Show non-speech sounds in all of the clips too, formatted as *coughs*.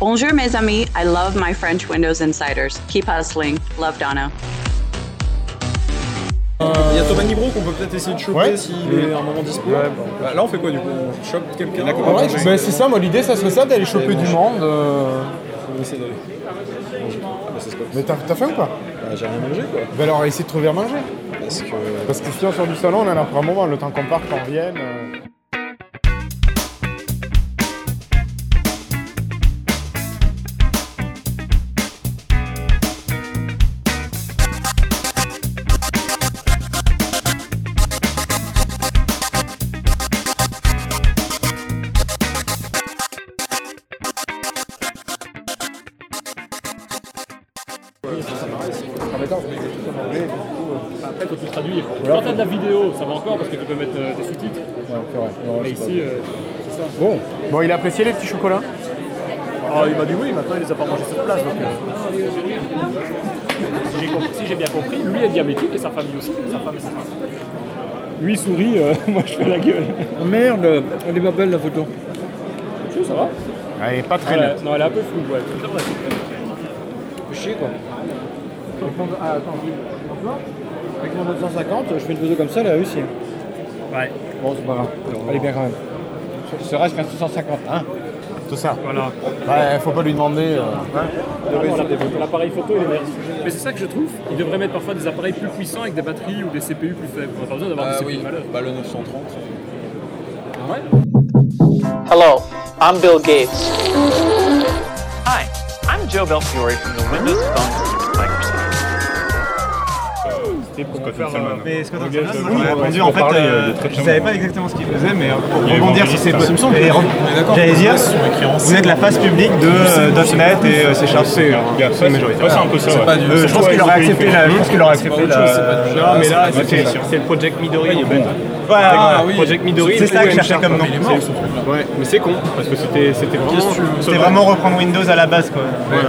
Bonjour, mes amis. I love my French Windows Insiders. Keep hustling. Love, Donna. Il y a Thomas Nibro qu'on peut peut-être essayer de choper Ouais. s'il est à un moment dispo. Bah, là, on fait quoi du coup On chope quelqu'un Ah ouais, bah, c'est ça, moi l'idée ça serait ça d'aller choper du monde. euh, On essaie d'aller. Ah bah, c'est ce qu'on fait. Mais t'as t'as faim ou pas Bah, J'ai rien mangé quoi. Bah alors essayer de trouver à manger. Parce que. Bah, Parce que si on sort du salon, on en a pour un moment, le temps qu'on parte, qu'on revienne. euh. Après, quand tu traduis, quand t'as de la vidéo, ça va encore parce que tu peux mettre euh, des sous-titres. Mais ici, euh, Bon. Bon, il a apprécié les petits chocolats ah, il m'a dit oui, maintenant il les a pas mangés sur place. Donc, euh. Si j'ai compris- si j'ai bien compris, lui est diabétique et sa famille aussi. Sa femme Lui sourit, euh, *laughs* moi je fais la gueule. Oh, merde, elle est pas belle la photo. ça va Ah, Elle est pas très Elle nette. a- Non, elle est un peu floue, ouais. C'est vrai. Chier quoi. Avec mon 250, je fais une photo comme ça, elle a réussi. Ouais, Bon, c'est pas grave. Elle est bien quand même. Serait-ce qu'un 650, hein Tout ça. voilà. Ouais, faut pas lui demander. euh. Vraiment, l'app- Ah, L'appareil photo, il est meilleur. Mais c'est ça que je trouve. Il devrait mettre parfois des appareils plus puissants avec des batteries ou des CPU plus faibles. On n'a pas besoin d'avoir des CPU de malheur. bah le 930. Ah, Hello, I'm Bill Gates. Hi, I'm Joe Belfiore from the Windows Phone Microsoft. C'était pour faire un- Mais Scott Engage, Hanselman, euh, on a répondu on en fait, parlait, euh, euh, il est très je charmant. savais pas exactement ce qu'il faisait, mais euh, pour est rebondir sur humoriste, ses ça. potes. et re- J'allais dire, vous êtes la face publique de euh, .NET et euh, C Sharp. C'est majoritaire. c'est un peu ça, ouais. Euh, Je pense qu'il aurait accepté la. Je pense qu'il aurait accepté la. Non, mais là, c'était- c'est le Project Midori en fait. Ouais, Ah, voilà. Project Midori. C'est ça que je cherchais comme nom. Ouais, mais c'est con, parce que c'était c'était vraiment. C'était vraiment reprendre Windows à la base quoi.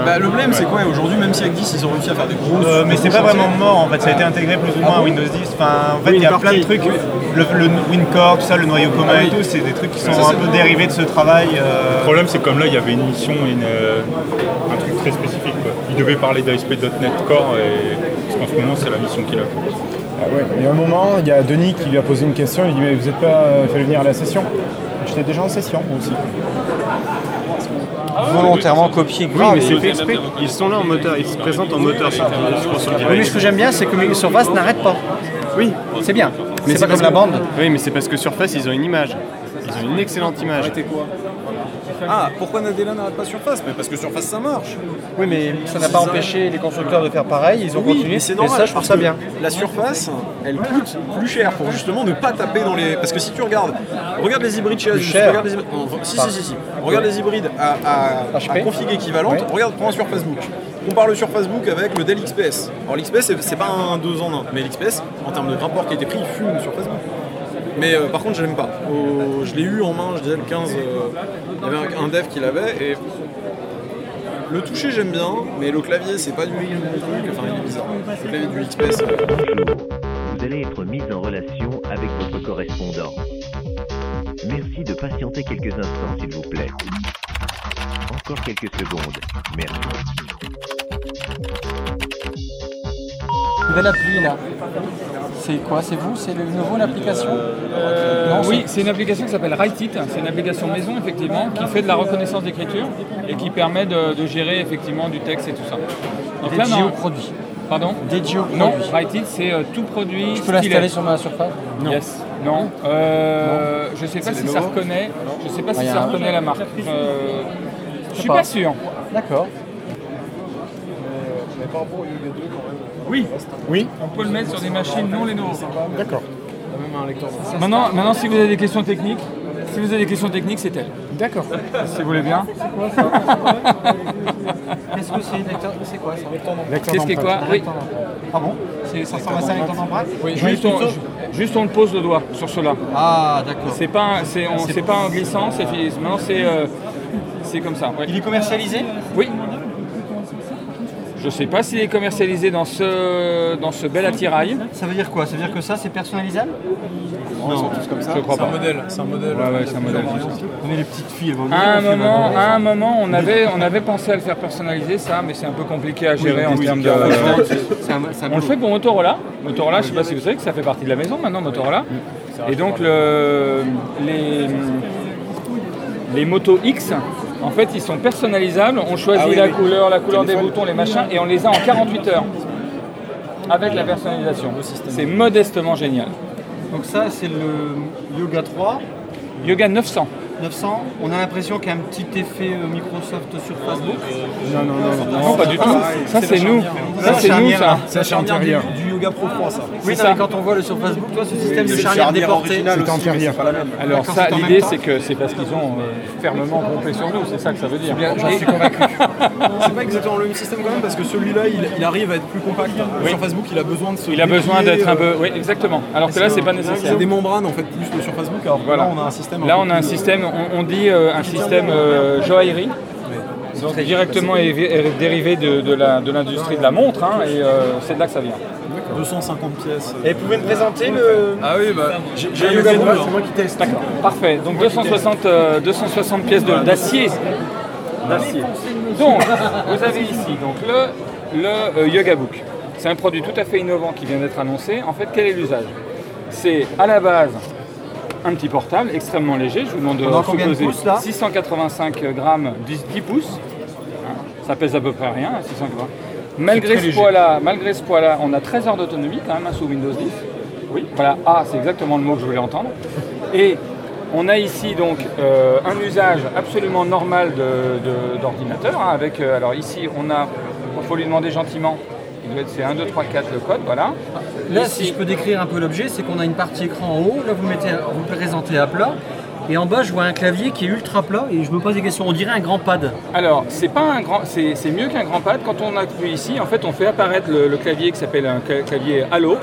Bah, le problème, c'est quoi Aujourd'hui, même si avec 10, ils ont réussi à faire des gros. Euh, mais c'est pas vraiment mort en fait, ça a été intégré plus ou moins à Windows 10. Enfin, en fait, il y a plein de trucs. Le, le WinCore, tout ça, le noyau commun et tout, c'est des trucs qui sont un peu dérivés de ce travail. euh, Le problème, c'est que comme là, il y avait une mission, et une, euh, un truc très spécifique. Quoi. Il devait parler d'ASP.NET Core, et... parce qu'en ce moment, c'est la mission qu'il a. Ah ouais, mais à un moment, il y a Denis qui lui a posé une question, il lui dit mais vous êtes pas euh, fait venir à la session J'étais déjà en session moi aussi. Ah Volontairement copié. Oui, mais c'est fait exprès. Ils sont là en moteur, ils se présentent en moteur. c'est- je pense sur le Oui, direct. mais ce que j'aime bien, c'est que Surface n'arrête pas. Oui, C'est bien. mais C'est pas comme parce la que- bande. Oui, mais c'est parce que Surface, ils ont une image. Ils ont une excellente image. Ah, pourquoi Nadella n'arrête pas Surface Mais parce que Surface ça marche. Oui, mais ça n'a pas empêché les constructeurs de faire pareil. Ils ont continué. mais c'est normal. et ça, je trouve parce ça que bien. La Surface, elle coûte plus cher pour justement ne pas taper dans les. Parce que si tu regardes, regarde les hybrides chez Asus, cher. regarde les hybrides. Si, si, si, si. Regarde les hybrides à, à, HP. à config équivalente. Ouais. Regarde, prends un sur Facebook. Compare le sur Facebook avec le Dell XPS. Alors l'XPS, c'est- c'est pas un 2 en 1, mais l'XPS, en termes de rapport qui a été pris, il fume sur Facebook. Mais euh, par contre, je l'aime pas. Au- je l'ai eu en main, je disais le 15. euh, Il y avait un, un dev qui l'avait et le toucher j'aime bien, mais le clavier c'est pas du même truc, enfin il est bizarre. Le clavier du XPS. euh, Vous allez être mis en relation avec votre correspondant. Merci de patienter quelques instants, s'il vous plaît. Encore quelques secondes. Merci. Nouvelle appli là. C'est quoi C'est vous C'est le nouveau l'application Euh, oui, c'est une application qui s'appelle WriteIt. C'est une application maison, effectivement, qui fait de la reconnaissance d'écriture et qui permet de, de gérer, effectivement, du texte et tout ça. Donc là, non. produit. Pardon Dédié au Non, produit. WriteIt, c'est euh, tout produit. Je peux l'installer sur ma surface Non. Yes. Non. Euh, Je sais pas si ça reconnaît. Je sais pas si Rien. ça reconnaît la marque. Euh, je suis pas. pas sûr. D'accord. Oui. Oui. On peut le mettre sur des machines non Lenovo. D'accord. Maintenant, maintenant, si vous avez des questions techniques, si vous avez des questions techniques, c'est elle. D'accord. Si vous voulez bien. Qu'est-ce que c'est lecteur C'est quoi Qu'est-ce qui est quoi Oui. Ah bon C'est Ça ressemble à ça avec ton empreinte Juste on, juste on le pose le doigt sur cela. Ah d'accord. C'est pas, un- c'est, on- c'est pas en glissant, c'est fini. Maintenant c'est, euh, c'est comme ça. ouais. Il est commercialisé Oui. Je sais pas s'il est commercialisé dans ce, dans ce bel attirail. Ça veut dire quoi Ça veut dire que ça, c'est personnalisable Non, Je crois pas. C'est un modèle. Ouais, ouais, c'est un modèle. On est les petites filles, elles vont À les un filles, elles vont moment, adorer à ça. un moment on, avait, on avait pensé à le faire personnaliser ça, mais c'est un peu compliqué à gérer Oui, en oui, termes de. car- C'est un- c'est un on le boulot. fait pour Motorola. Motorola, je ne sais pas si vous savez que ça fait partie de la maison maintenant, Motorola. Et donc le, les, les motos X, en fait, ils sont personnalisables. On choisit Ah oui, la oui. couleur, la couleur des Téléphone. boutons, les machins, et on les a en 48 heures avec la personnalisation. C'est modestement génial. Donc ça, c'est le Yoga 3. Yoga 900. 900. On a l'impression qu'il y a un petit effet euh, Microsoft sur Facebook. Non, non, non, non. Non, pas du tout. Ça, c'est nous. Ça, c'est nous, ça. C'est la charnière du- du Yoga Pro 3, ça. Oui, C'est non, ça. mais quand on voit le sur Facebook, toi, ce système de C'est charnière charnière déportée. originale aussi, mais c'est pas la même. Alors ça, l'idée, c'est que que c'est parce qu'ils ont euh, fermement compté sur nous, c'est ça que ça veut dire. J'en suis convaincu. *laughs* c'est pas exactement le même système quand même parce que celui-là il, il arrive à être plus compact. Oui. Sur Facebook il a besoin de se. Il a besoin déplier, d'être un euh, peu... Oui, exactement. Alors que là, c'est pas nécessaire. C'est des membranes en fait plus que sur Facebook alors que Voilà. là on a un système. Là, peu on a un plus- système, on, on dit euh, un système euh, joaillerie. Donc directement est, est dérivé de, de la- de l'industrie de, la montre, hein, et euh, c'est de là que ça vient. 250 pièces. Et vous pouvez me présenter le- Ah oui, bah, j'ai j'ai Le le Yoga Yoga Pro, Pro, c'est moi qui teste. Parfait, donc 260, euh, 260 pièces de- d'acier. D'acier. Donc, vous avez ici donc, le, le euh, Yoga Book. C'est un produit tout à fait innovant qui vient d'être annoncé. En fait, quel est l'usage C'est à la base un petit portable extrêmement léger. Je vous demande de On a combien de poser pouces, là 685 grammes, 10, 10 pouces. Hein, Ça pèse à peu près rien, hein, 680. Malgré très ce léger. poids-là, malgré ce poids-là, on a 13 heures d'autonomie quand même hein, sous Windows 10. Oui. Voilà, ah, c'est exactement le mot que je voulais entendre. Et on a ici donc euh, un usage absolument normal de- de- d'ordinateur. hein, avec, euh, alors ici, on a, il faut lui demander gentiment. Il doit être, c'est 1, 2, 3, 4 le code, voilà. Là, Ici- si je peux décrire un peu l'objet, c'est qu'on a une partie écran en haut, là vous mettez, vous présentez à plat, et en bas je vois un clavier qui est ultra plat, et je me pose des questions, on dirait un grand pad. Alors, c'est pas un grand, c'est c'est mieux qu'un grand pad. Quand on appuie ici, en fait, on fait apparaître le, le clavier qui s'appelle un cla- clavier Halo,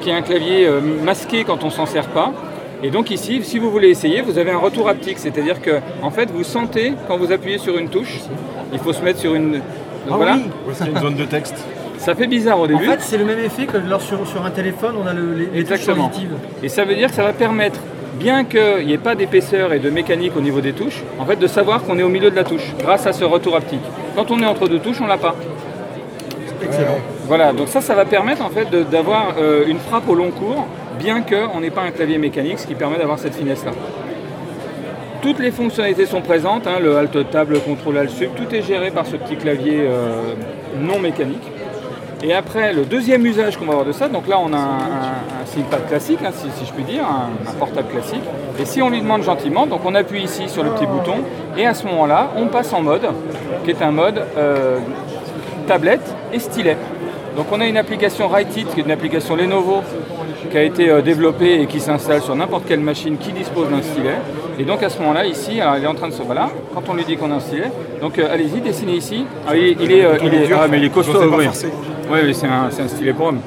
qui est un clavier euh, masqué quand on s'en sert pas. Et donc ici, si vous voulez essayer, vous avez un retour haptique, c'est-à-dire que, en fait, vous sentez quand vous appuyez sur une touche. Il faut se mettre sur une. Donc Ah voilà. oui. Ou est-ce qu'il y a une zone de texte. Ça fait bizarre au En début. fait, c'est le même effet que lors sur, sur un téléphone, on a le, les, les touches Exactement. positives. Et ça veut dire que ça va permettre, bien qu'il n'y ait pas d'épaisseur et de mécanique au niveau des touches, en fait de savoir qu'on est au milieu de la touche grâce à ce retour haptique. Quand on est entre deux touches, on l'a pas. Excellent. Voilà, donc ça, ça va permettre en fait de- d'avoir euh, une frappe au long cours, bien qu'on n'ait pas un clavier mécanique, ce qui permet d'avoir cette finesse-là. Toutes les fonctionnalités sont présentes, hein, le Alt Tab, le Ctrl Alt Sub, tout est géré par ce petit clavier euh, non mécanique. Et après, le deuxième usage qu'on va avoir de ça, donc là on a un, un, un SIMPAD classique, hein, si, si je puis dire, un, un portable classique. Et si on lui demande gentiment, donc on appuie ici sur le petit bouton, et à ce moment-là, on passe en mode, qui est un mode euh, tablette et stylet. Donc on a une application WriteIt, qui est une application Lenovo, qui a été euh, développée et qui s'installe sur n'importe quelle machine qui dispose d'un stylet. Et donc à ce moment-là, ici, alors il est en train de se... Voilà, quand on lui dit qu'on a un stylet, donc euh, allez-y, dessinez ici. Ah, il, il est, euh, il est- ah, mais il est costaud, Je sais pas oui. forcer. Oui, oui, c'est un, c'est un stylet pour homme.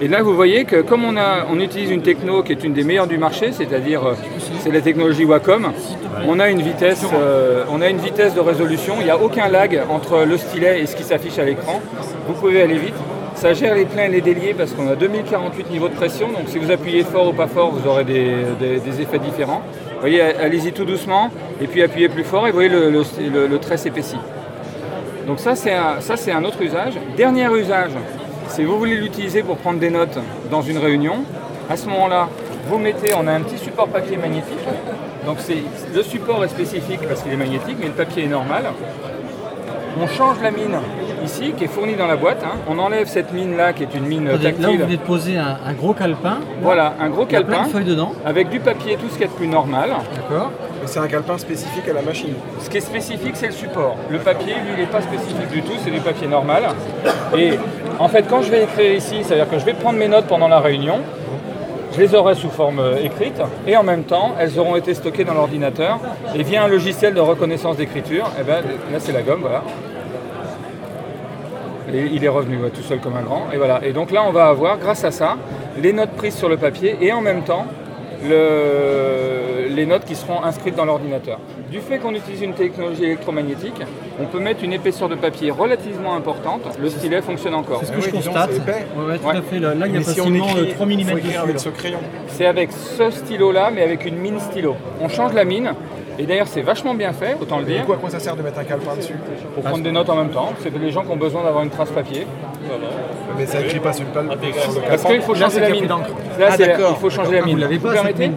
Et là, vous voyez que comme on, a, on utilise une techno qui est une des meilleures du marché, c'est-à-dire euh, c'est la technologie Wacom, on a une vitesse, euh, on a une vitesse de résolution. Il n'y a aucun lag entre le stylet et ce qui s'affiche à l'écran. Vous pouvez aller vite. Ça gère les pleins et les déliés parce qu'on a 2048 niveaux de pression. Donc si vous appuyez fort ou pas fort, vous aurez des, des- des effets différents. Vous voyez, allez-y tout doucement et puis appuyez plus fort et vous voyez le, le- le- le trait s'épaissit. Donc ça c'est un, ça, c'est un autre usage. Dernier usage, c'est vous voulez l'utiliser pour prendre des notes dans une réunion. À ce moment-là, vous mettez, on a un petit support papier magnétique. Donc c'est le support est spécifique parce qu'il est magnétique, mais le papier est normal. On change la mine ici qui est fournie dans la boîte. hein. On enlève cette mine là qui est une mine Attendez, Ah, Là, vous tactile. venez de poser un, un gros calepin. Voilà, un gros Il y a plein de calepin feuilles dedans. avec du papier, tout ce qu'il y a de plus normal. D'accord. C'est un calepin spécifique à la machine. Ce qui est spécifique, c'est le support. Le papier, lui, il n'est pas spécifique du tout, c'est du papier normal. Et en fait, quand je vais écrire ici, c'est-à-dire que je vais prendre mes notes pendant la réunion, je les aurai sous forme euh, écrite, et en même temps, elles auront été stockées dans l'ordinateur, et via un logiciel de reconnaissance d'écriture, et ben, là c'est la gomme, voilà. Et il est revenu ouais, tout seul comme un grand, et voilà. Et donc là, on va avoir, grâce à ça, les notes prises sur le papier, et en même temps, le- les notes qui seront inscrites dans l'ordinateur. Du fait qu'on utilise une technologie électromagnétique, on peut mettre une épaisseur de papier relativement importante, le stylet fonctionne encore. C'est ce que je constate. Ouais, ouais, tout à fait. Là, là, il y a Mais si on facilement écrit, euh, 3 mm faut dessus. écrire avec là. ce C'est avec ce stylo-là, mais avec une mine stylo. On change la mine, et d'ailleurs c'est vachement bien fait, autant le Et dire. quoi, à quoi ça sert de mettre un calepin dessus Pour prendre des notes en même temps, c'est les gens qui ont besoin d'avoir une trace papier. Mais ça écrit pas sur le palme. Parce qu'il faut changer la mine. Là, c'est la- il faut changer la mine. Vous l'avez Vous pas, cette permettez mine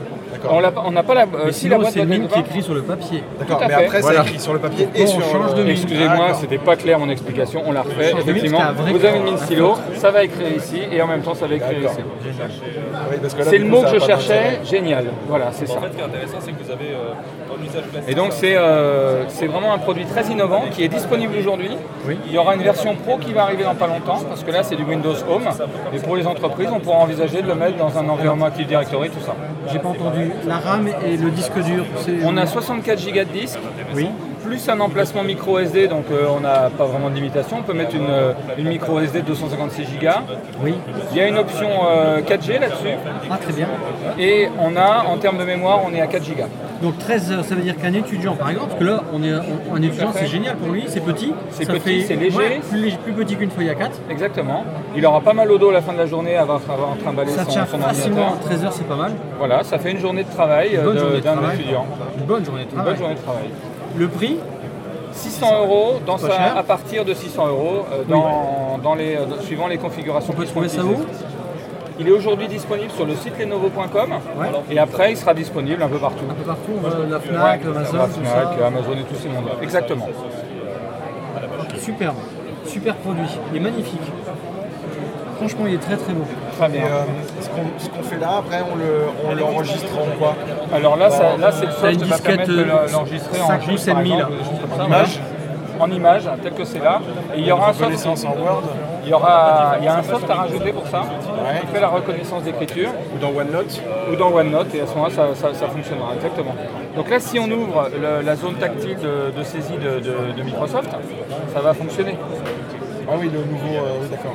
On l'a pas- on n'a pas la. euh, Mais si la sinon, boîte c'est le mine même qui écrit sur le papier. Tout à fait. Voilà. Donc, on le- change de mine. Excusez-moi, D'accord. c'était pas clair mon explication. On la refait. Change de mine, Effectivement, c'était un vrai vous avez une cas. mine stylo, ça va écrire ici et en même temps ça va écrire D'accord. ici. Oui, parce que là, C'est du le coup, mot ça que a je pas cherchais. d'intérêt. Génial. Voilà, c'est ça. En fait, ce qui est intéressant, c'est que vous avez euh, un usage classique. Et donc c'est euh, c'est vraiment un produit très innovant qui est disponible aujourd'hui. Il y aura une version pro qui va arriver dans pas longtemps parce que là c'est du Windows Home. Et pour les entreprises, on pourra envisager de le mettre dans un environnement Active Directory, tout ça. J'ai pas entendu. La RAM et le disque dur. c'est- On a 64 Go de disque, plus un emplacement micro SD, donc euh, on n'a pas vraiment de limitation. On peut mettre une, euh, une micro SD de 256 Go. Oui. Il y a une option euh, 4G là-dessus. Ah, très bien. Et on a, en termes de mémoire, on est à 4 Go. Donc 13 heures, ça veut dire qu'un étudiant, par exemple, parce que là, on est, on- un étudiant, c'est génial pour lui, c'est petit. C'est ça petit, fait- c'est léger. ouais, plus, léger- plus petit qu'une feuille à 4. Exactement. Il aura pas mal au dos à la fin de la journée avant avoir trimballé Ça son, tient son facilement à ordinateur. 13 heures, c'est pas mal. Voilà, ça fait une journée de travail Une bonne euh, de- journée de d'un travail. Ah étudiant. Une bonne journée de Une travail. bonne journée de travail. Le prix 600 euros dans Pas sa- cher. à partir de 600 euros euh, dans, dans les, euh, suivant les configurations. On peut trouver ça où Il est aujourd'hui disponible sur le site lenovo.com Ouais. et après il sera disponible un peu partout. Un peu partout, on voit euh, la FNAC, Ouais, Amazon, la tout Fnac, ça. Amazon et tous ces mondes. Exactement. Superbe. Super produit. Il est magnifique. Franchement, il est très très beau. Très Et, euh, ce qu'on- ce qu'on fait là, après, on le- on l'enregistre en quoi Alors là, ça- là, c'est le T'as soft qui va permettre de euh, la- l'enregistrer en GIF, par exemple, des choses comme ça, voilà. En image, tel que c'est là. Et il y aura un soft. en Word Il y, aura, il y a un soft à rajouter pour ça, qui fait la reconnaissance d'écriture. Ou dans OneNote Ou dans OneNote, et à ce moment-là, ça, ça- ça fonctionnera, exactement. Donc là, si on ouvre le- la zone tactile de, de saisie de, de- de Microsoft, ça va fonctionner. Ah oui, le nouveau, euh, oui, d'accord.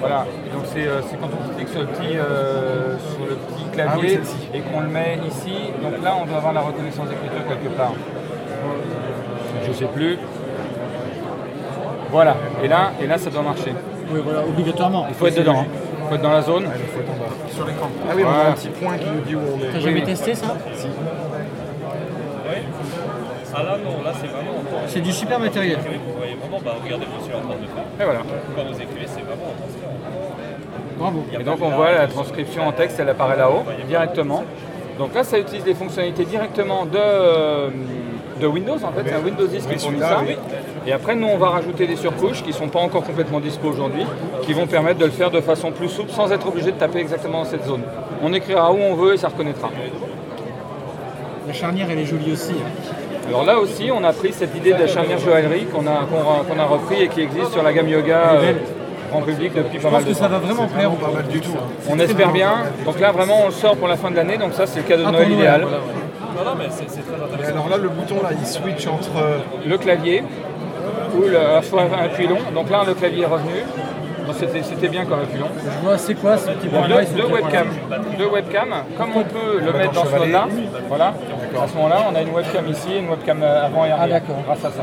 Voilà, Et donc c'est euh, c'est quand on clique sur le petit, euh, sur le Ah petit oui, clavier celle-ci. et qu'on le met ici. Donc là, on doit avoir la reconnaissance d'écriture quelque part. Je sais plus. Voilà, et là, et là ça doit marcher. Oui, voilà, obligatoirement. Il faut être dedans, hein. il faut être dans la zone. Sur l'écran. Ah oui, on a Voilà. un petit point qui nous dit où on est. T'as jamais testé ça Si. Ah là, non, là, c'est vraiment. en temps réel. C'est du super matériel. Oui, Vous voyez vraiment, bah, regardez, moi, je suis en train de le faire. Et voilà. Quand vous écrivez, c'est vraiment en temps réel. Bravo. Et donc on voit la transcription en texte, elle apparaît là-haut, directement. Donc là, ça utilise les fonctionnalités directement de, euh, de Windows, en fait, c'est un Windows 10 qui fournit ça. Et après, nous, on va rajouter des surcouches qui ne sont pas encore complètement dispo aujourd'hui, qui vont permettre de le faire de façon plus souple, sans être obligé de taper exactement dans cette zone. On écrira où on veut et ça reconnaîtra. La charnière, elle est jolie aussi. hein. Alors là aussi, on a pris cette idée de la charnière joaillerie qu'on a, qu'on a, qu'on a repris et qui existe sur la gamme yoga Elle est euh, belle. grand public depuis Je pas pense mal de que temps. ça va vraiment plaire au Pas mal du tout. hein. On espère bien. Donc là, vraiment, on le sort pour la fin de l'année. Donc ça, c'est le cadeau Ah, de pour Noël Noël, idéal. voilà, Non, non, mais c'est c'est très Et intéressant. alors là, le bouton, là, il switch entre... euh, Le clavier ou le, soit un pilon. Donc là, le clavier est revenu. Donc c'était- C'était bien comme un pilon. Je vois, c'est quoi ce petit point-là et ce Deux, deux petit point-là webcams. Deux webcams. Comme on peut le mettre dans ce mode-là, voilà. À ce moment-là, on a une webcam ici et une webcam euh, avant et Ah, arrière. d'accord. grâce à ça.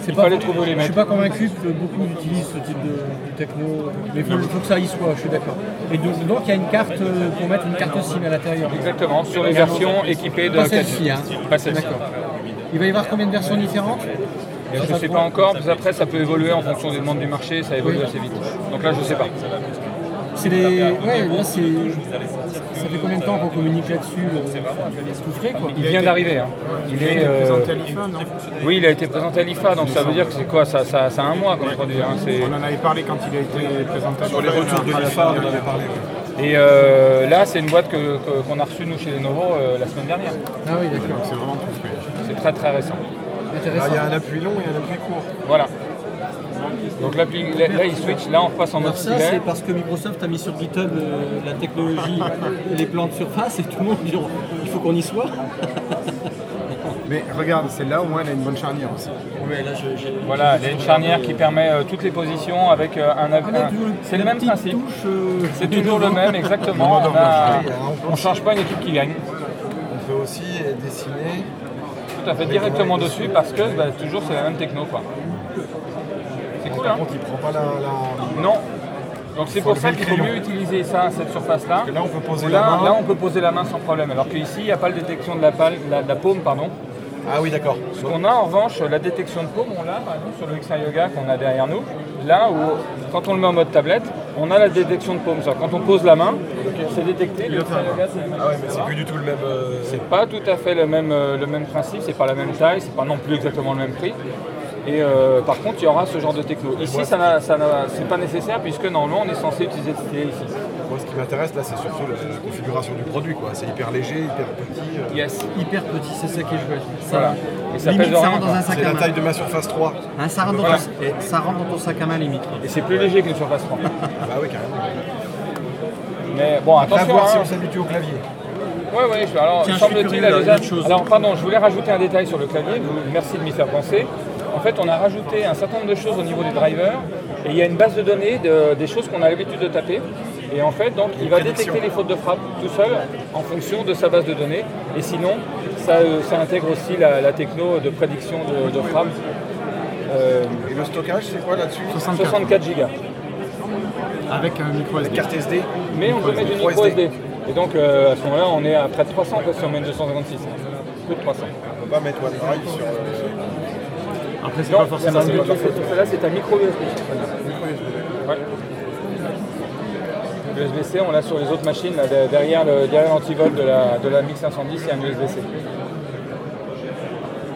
C'est Il pas- fallait trouver où Je les suis mettre. pas convaincu que beaucoup utilisent ce type de, de techno, mais il faut, faut que ça y soit, je suis d'accord. Et donc, donc, il y a une carte euh, pour mettre une carte SIM à l'intérieur. Exactement, sur les versions équipées de Pas 4G. celle-ci, hein. Pas celle-ci. Il va y avoir combien de versions différentes Je ne sais pas encore, parce que après ça peut évoluer en fonction des demandes du marché, ça évolue Oui. assez vite. Donc là je ne sais pas. C'est les. Ouais, là, c'est. Ça fait combien de temps qu'on communique là-dessus euh, le- Tout frais, quoi. Il vient d'arriver. hein. Il est. euh, Oui, il a été présenté à l'IFA, donc ça veut dire que c'est quoi Ça, ça, ça a un mois comme produit. hein, c'est- On en avait parlé quand il a été présenté. Sur les retours de l'IFA, on en avait parlé. Et euh, là, c'est une boîte que- que- qu'on a reçue nous chez Lenovo euh, la semaine dernière. Ah oui, d'accord. C'est vraiment tout C'est très très récent. Alors, Ah, il y a un appui long et un appui court. Voilà. Donc l'appli- là, là, il switch, là on repasse en mode Alors ça, stylet. c'est parce que Microsoft a mis sur GitHub euh, la oh, technologie et les plans de surface et tout le monde dit il faut qu'on y soit. Mais regarde, celle-là, au moins, elle a une bonne charnière aussi. Voilà, il y a une charnière qui permet euh, toutes les positions avec euh, un. av- Ah, un- C'est le même principe. euh, C'est toujours le même, exactement. Le On a- mode d'emploi. On ne change pas une équipe qui gagne. On peut aussi euh, dessiner. Tout à fait, directement dessus parce que bah, toujours c'est la même techno quoi. C'est cool hein Par contre, il prend pas la. la- Non. Donc c'est Faut pour ça lever le qu'il faut crayon. mieux utiliser ça, cette surface là. Là on peut poser là, la main. on peut poser la main sans problème. Alors qu'ici il n'y a pas la détection de la, palle- la- de la paume. pardon. Ah oui, d'accord. Ce qu'on a en revanche, la détection de paume, on l'a par exemple sur le Hexa Yoga qu'on a derrière nous. Là où quand on le met en mode tablette, on a la détection de paume. C'est-à-dire, Quand on pose la main, c'est détecté. Le Hexa Yoga, c'est la même Ah ouais, chose, mais etc. c'est plus du tout le même. euh, C'est pas tout à fait le même, euh, le même principe, c'est pas la même taille, c'est pas non plus exactement le même prix. Et euh, par contre, il y aura ce genre de techno. Ici, ça n'a- ça n'a- c'est pas nécessaire puisque normalement, on est censé utiliser cette télé ici. Moi, ce qui m'intéresse là, c'est surtout la, la configuration du produit. quoi. C'est hyper léger, hyper petit. euh. Yes. Hyper petit, c'est ça qui est chouette. Ça, Voilà. Et ça limite, pèse ça rien, rentre dans quoi. un sac C'est à la main. taille de ma surface 3. Hein, ça, rentre dans Voilà. ton, et ça rentre dans ton sac à main limite. Et c'est plus léger qu'une surface *laughs* 3. Bah oui, carrément. Mais bon, Après, attention. voir si hein. on s'habitue au clavier. Ouais, ouais, je- alors, Tiens, je suis semble-t-il, curieux la d'un- deuxième- d'une chose. Alors, pardon, je voulais rajouter un détail sur le clavier, vous- merci de m'y faire penser. En fait, on a rajouté un certain nombre de choses au niveau du driver, et il y a une base de données de- des choses qu'on a l'habitude de taper. Et en fait, donc, il va détecter les fautes de frappe tout seul en fonction de sa base de données. Et sinon, ça, euh, ça intègre aussi la, la techno de prédiction de, de frappe. Euh, Et le stockage, c'est quoi là-dessus 64, gigas. Avec un micro SD. Carte SD. Mais on peut mettre une micro SD. Et donc, euh, à ce moment-là, on est à près de 300 quoi, si on met une 256. Plus de 300. On peut pas mettre OneDrive sur. Après, Non, ça, c'est Bluetooth. Celle-là, c'est un micro USB. Ouais. Le USB-C, on l'a sur les autres machines. là, de- derrière le- derrière l'antivol de la, de la MiX 510, il y a un USB-C.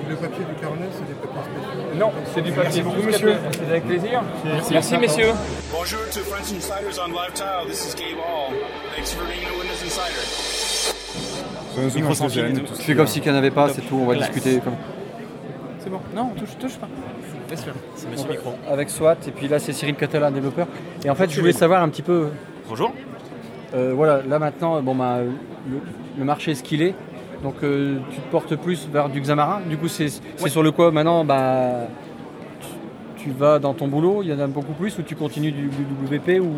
Le papier du carnet, c'est des papiers spéciaux. Non, c'est du papier. Tout ce qu'il y a- C'est avec plaisir. Merci. Merci, messieurs. Bonjour to French Insiders on Live Tile. This is Gabe All. Thanks for being a Windows Insider. Micro sans fil et tout. Tu fais comme s'il n'y en avait pas, c'est tout, on va Relax. discuter. Comme... C'est bon. Non, on touche, touche pas. Bien sûr. C'est Donc, Avec SWAT, et puis là c'est Cyril Catalan, développeur. Et en fait, je voulais savoir un petit peu. Bonjour. Euh, voilà, là maintenant, bon, bah, le, le marché est ce qu'il est. Donc euh, tu te portes plus vers du Xamarin. Du coup, c'est c'est sur le quoi maintenant bah, tu, tu vas dans ton boulot, il y en a beaucoup plus, ou tu continues du, du WP ou...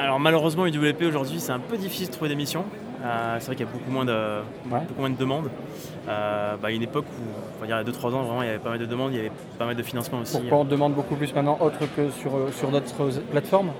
Alors malheureusement, UWP aujourd'hui, c'est un peu difficile de trouver des missions. Euh, c'est vrai qu'il y a beaucoup moins de, beaucoup moins de demandes. Euh, bah, à une époque où, on va dire, il y a 2-3 ans, vraiment, il y avait pas mal de demandes, il y avait pas mal de financement aussi. Pourquoi on te demande beaucoup plus maintenant autre que sur, euh, sur d'autres plateformes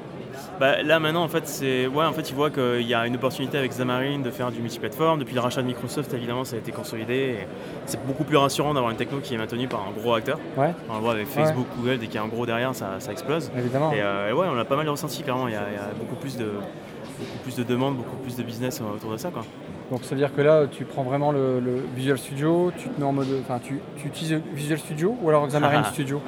Bah, là maintenant en fait c'est ouais en fait ils voient qu'il y a une opportunité avec Xamarin de faire du multiplateforme. Depuis le rachat de Microsoft évidemment ça a été consolidé. et C'est beaucoup plus rassurant d'avoir une techno qui est maintenue par un gros acteur. Ouais. On le voit avec Facebook, Google, dès qu'il y a un gros derrière ça, ça explose. Évidemment. Et, euh, et ouais on l'a pas mal ressenti clairement, il y, a- il y a beaucoup plus de beaucoup plus de demandes, beaucoup plus de business euh, autour de ça quoi. Donc ça veut dire que là, tu prends vraiment le, le Visual Studio, tu te mets en mode, enfin, tu, tu utilises Visual Studio ou alors *laughs* Xamarin Ah. Studio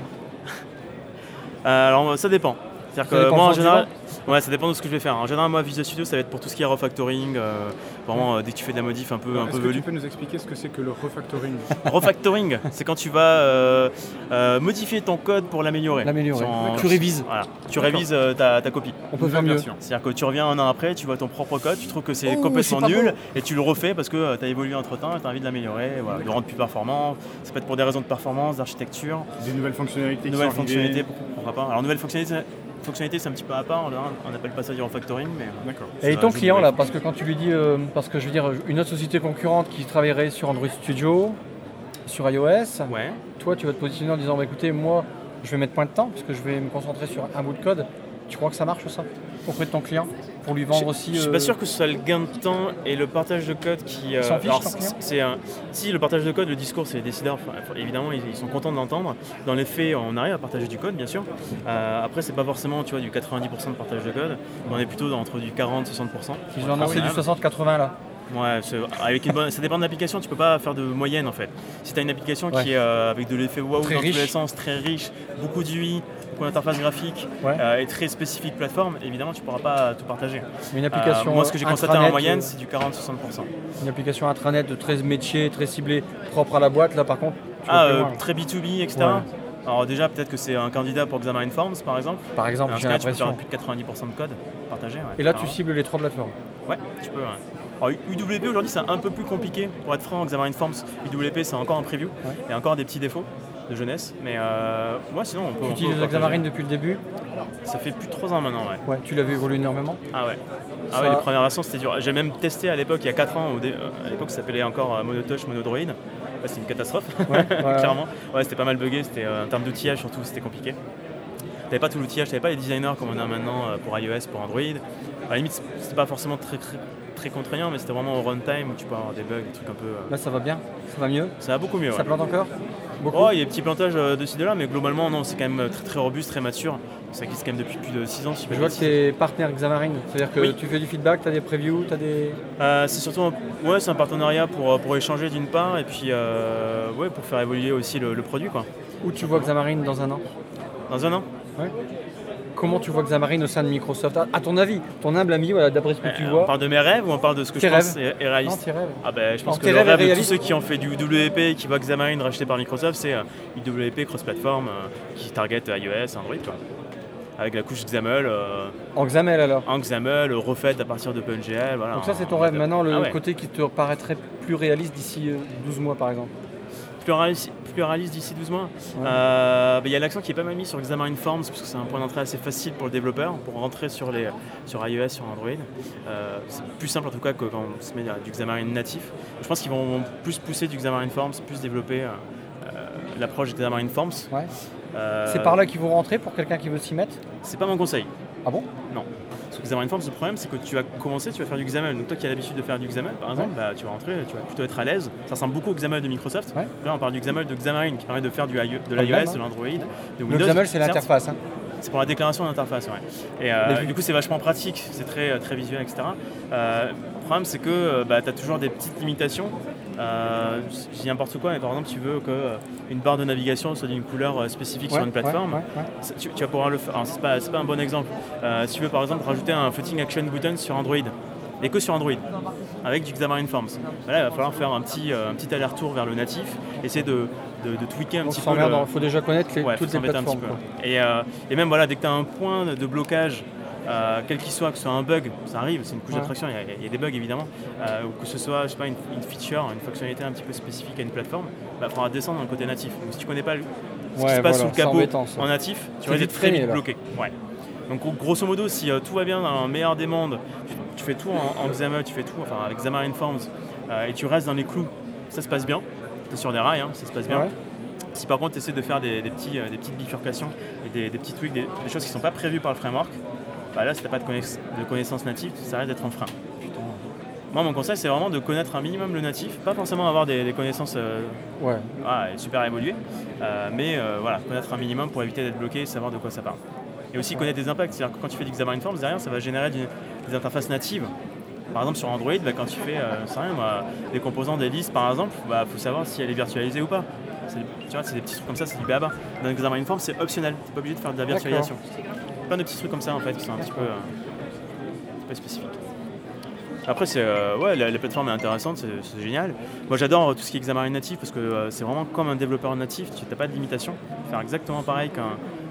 Euh, alors ça dépend. C'est-à-dire Ça que dépend moi en du général, ouais, ça dépend de ce que je vais faire. En général, moi Visual Studio, ça va être pour tout ce qui est refactoring, euh, vraiment euh, dès que tu fais de la modif un peu un Est-ce peu que velue. tu peux nous expliquer ce que c'est que le refactoring *laughs* Refactoring, c'est quand tu vas euh, euh, modifier ton code pour l'améliorer. L'améliorer. Sans- Tu révises. Voilà. Tu D'accord. révises euh, ta, ta copie. On peut Nouvelle faire mieux. version. C'est-à-dire que tu reviens un an après, tu vois ton propre code, tu trouves que c'est Oh, complètement c'est pas nul beau. et tu le refais parce que tu as évolué entre temps et tu as envie de l'améliorer, voilà, de le rendre plus performant. Ça peut être pour des raisons de performance, d'architecture. Des nouvelles fonctionnalités. qui Nouvelles sont arrivées. fonctionnalités, pourquoi pas. Alors, nouvelles fonctionnalités, fonctionnalités, c'est un petit peu à part, on, on appelle pas ça du refactoring. mais euh. D'accord. Et ton client là, parce que quand tu lui dis, euh, parce que je veux dire, une autre société concurrente qui travaillerait sur Android Studio, sur iOS, toi tu vas te positionner en disant, bah, écoutez, moi je vais mettre point de temps parce que je vais me concentrer sur un bout de code. Tu crois que ça marche ça auprès de ton client pour lui vendre Je- aussi Je suis euh, pas sûr que ce soit le gain de temps et le partage de code qui. euh, Ils s'en fichent, alors, tant c'est- que rien. c'est un- Si le partage de code, le discours, c'est les décideurs. enfin, enfin, évidemment, ils, ils sont contents de l'entendre. Dans les faits, on arrive à partager du code, bien sûr. Euh, après, c'est pas forcément, tu vois, du 90% de partage de code. On est plutôt dans- entre du 40-60%. Ils ont annoncé du 60-80 là. Ouais, c'est- avec une bonne- ça dépend de l'application, tu peux pas faire de moyenne en fait. Si tu as une application Ouais. qui est euh, avec de l'effet waouh dans Très tous les riche. sens, très riche, beaucoup d'UI, beaucoup d'interface graphique euh, et très spécifique plateforme, évidemment tu pourras pas tout partager. Euh, Une application, moi ce que j'ai constaté en intranet, moyenne, euh, c'est du 40-60%. Une application intranet de 13 métiers, très ciblée, propre à la boîte là par contre. tu vas Ah, plus euh, loin, là. très B2B, etc. Ouais. Alors déjà, peut-être que c'est un candidat pour Xamarin Forms, par exemple. Par exemple, Dans ce j'ai cas, tu peux faire l'impression. plus de 90% de code partagé. ouais. Et là tu Alors, cibles les trois plateformes. Ouais, tu peux. ouais. Alors, UWP aujourd'hui, c'est un peu plus compliqué pour être franc. Xamarin Forms, UWP, c'est encore un preview et encore des petits défauts de jeunesse. Mais euh, ouais, sinon, on peut. Tu on utilises peut partager. Xamarin depuis le début Ça fait plus de 3 ans maintenant, ouais. Ouais, tu l'avais évolué énormément Ah ouais. Ah Ça- ouais, les premières versions c'était dur. J'ai même testé à l'époque, il y a 4 ans, au dé- euh, à l'époque ça s'appelait encore euh, Monotouch, Monodroid. Ouais, c'est une catastrophe, Ouais, *laughs* ouais, ouais. clairement. Ouais, c'était pas mal buggé, c'était euh, en termes d'outillage surtout, c'était compliqué. T'avais pas tout l'outillage, t'avais pas les designers comme on a maintenant euh, pour iOS, pour Android. À la limite, c- c'était pas forcément très, très, très contraignant, mais c'était vraiment au runtime où tu peux avoir des bugs, des trucs un peu. euh, Là, ça va bien Ça va mieux Ça va beaucoup mieux. Ça ouais. plante encore Oh, il y a des petits plantages euh, de ci, de là, mais globalement, non, c'est quand même euh, très, très robuste, très mature. Ça existe quand même depuis plus de 6 ans, si Je pas vois de que t'es partenaire Xamarin, c'est-à-dire que Oui. tu fais du feedback, t'as des previews, t'as des. Euh, c'est surtout un, ouais, c'est un partenariat pour, euh, pour échanger d'une part et puis euh, ouais, pour faire évoluer aussi le, le produit. Quoi. Où tu vois Xamarin dans un an Dans un an Ouais. Comment tu vois Xamarin au sein de Microsoft À à ton avis, ton humble ami, voilà, d'après ce que tu Euh, vois. on parle de mes rêves ou on parle de ce que Tes je pense rêves. est, est réaliste Non, tes rêves. Ah ben, je Non, pense que tes le rêves et rêve de tous réalistes. ceux qui ont fait du WP et qui voient Xamarin racheté par Microsoft, c'est euh, UWP cross-platform euh, qui target iOS, Android. Quoi. Avec la couche XAML. euh, En XAML alors En XAML, euh, refaite à partir de PNGL. Voilà, Donc ça, c'est ton en- rêve. Maintenant, le Ah ouais. côté qui te paraîtrait plus réaliste d'ici euh, 12 mois, par exemple. plus réaliste, plus réaliste d'ici 12 mois. Euh, bah, Il y a l'accent qui est pas mal mis sur Xamarin Forms, parce que c'est un point d'entrée assez facile pour le développeur, pour rentrer sur, les, sur iOS, sur Android. Euh, c'est plus simple en tout cas que quand on se met à du Xamarin natif. Je pense qu'ils vont plus pousser du Xamarin Forms, plus développer euh, euh, l'approche Xamarin Forms. Euh, C'est par là qu'ils vont rentrer pour quelqu'un qui veut s'y mettre c'est pas mon conseil. Ah bon Non. Parce que Xamarin Forms, le problème, c'est que tu vas commencer, tu vas faire du XAML. Donc toi qui as l'habitude de faire du XAML, par exemple, bah, tu vas rentrer, tu vas plutôt être à l'aise. Ça ressemble beaucoup au XAML de Microsoft. Là, on parle du XAML de Xamarin qui permet de faire du IE de Pas mal, l'iOS, hein. de l'Android, de Le Windows. XAML, c'est certes. l'interface, hein. C'est pour la déclaration d'interface, ouais. Et Mais euh, vu- du coup, c'est vachement pratique, c'est très, très visuel, etc. Euh, le problème, c'est que tu as toujours des petites limitations. Euh, je dis n'importe quoi, mais par exemple, tu veux que euh, une barre de navigation soit d'une couleur euh, spécifique sur Ouais, une plateforme. ouais, ouais, ouais. Ça, Tu, tu vas pouvoir le faire. Alors, c'est pas, c'est pas un bon exemple. Euh, si tu veux, par exemple, rajouter un footing action button sur Android, et que sur Android, avec du Xamarin Forms, Voilà, il va falloir faire un petit, euh, un petit aller-retour vers le natif, essayer de, de, de tweaker un On petit peu. s'emmerde, le- hein, faut déjà connaître les- Ouais, faut toutes les s'embêter un petit plateformes, peu. Et, euh, et même voilà, dès que tu as un point de blocage, euh, quel qu'il soit, que ce soit un bug, ça arrive, c'est une couche Ouais. d'attraction, il y a- il y, a des bugs évidemment, euh, ou que ce soit je sais pas, une, une feature, une fonctionnalité un petit peu spécifique à une plateforme, il faudra descendre dans le côté natif. Donc si tu connais pas le- ce qui Ouais, se voilà, passe sous le c'est capot embêtant, ça. en natif, C'est tu vas vite être très freiné, vite là. bloqué. Ouais. Donc au- grosso modo, si euh, tout va bien dans le meilleur des mondes, tu, tu fais tout en, en XAML, tu fais tout enfin, avec Xamarin Forms, euh, et tu restes dans les clous, ça se passe bien, tu es sur des rails, hein, ça se passe bien. Ouais. Si par contre tu essaies de faire des, des petits, euh, des petites bifurcations et des, des petits tweaks, des, des choses qui ne sont pas prévues par le framework, bah là si tu n'as pas de, connaiss- de connaissances natives, ça risque d'être un frein. Moi mon conseil c'est vraiment de connaître un minimum le natif, pas forcément avoir des, des connaissances euh, Ouais. voilà, super évoluées, euh, mais euh, voilà, connaître un minimum pour éviter d'être bloqué et savoir de quoi ça parle. Et aussi connaître des impacts, c'est-à-dire que quand tu fais du Xamarin Forms, derrière ça va générer du- des interfaces natives. Par exemple sur Android, bah, quand tu fais euh, c'est rien, moi, des composants, des listes par exemple, il faut savoir si elle est virtualisée ou pas. C'est- Tu vois, c'est des petits trucs comme ça, c'est du baba. Dans Xamarin Forms, c'est optionnel, t'es pas obligé de faire de la virtualisation. Plein de petits trucs comme ça en fait qui sont un petit peu, euh, un petit peu spécifiques. Après, c'est, euh, ouais, la, la plateforme est intéressante, c'est- c'est génial. Moi, j'adore euh, tout ce qui est Xamarin natif parce que euh, c'est vraiment comme un développeur natif, tu n'as pas de limitation. Faire exactement pareil qu'un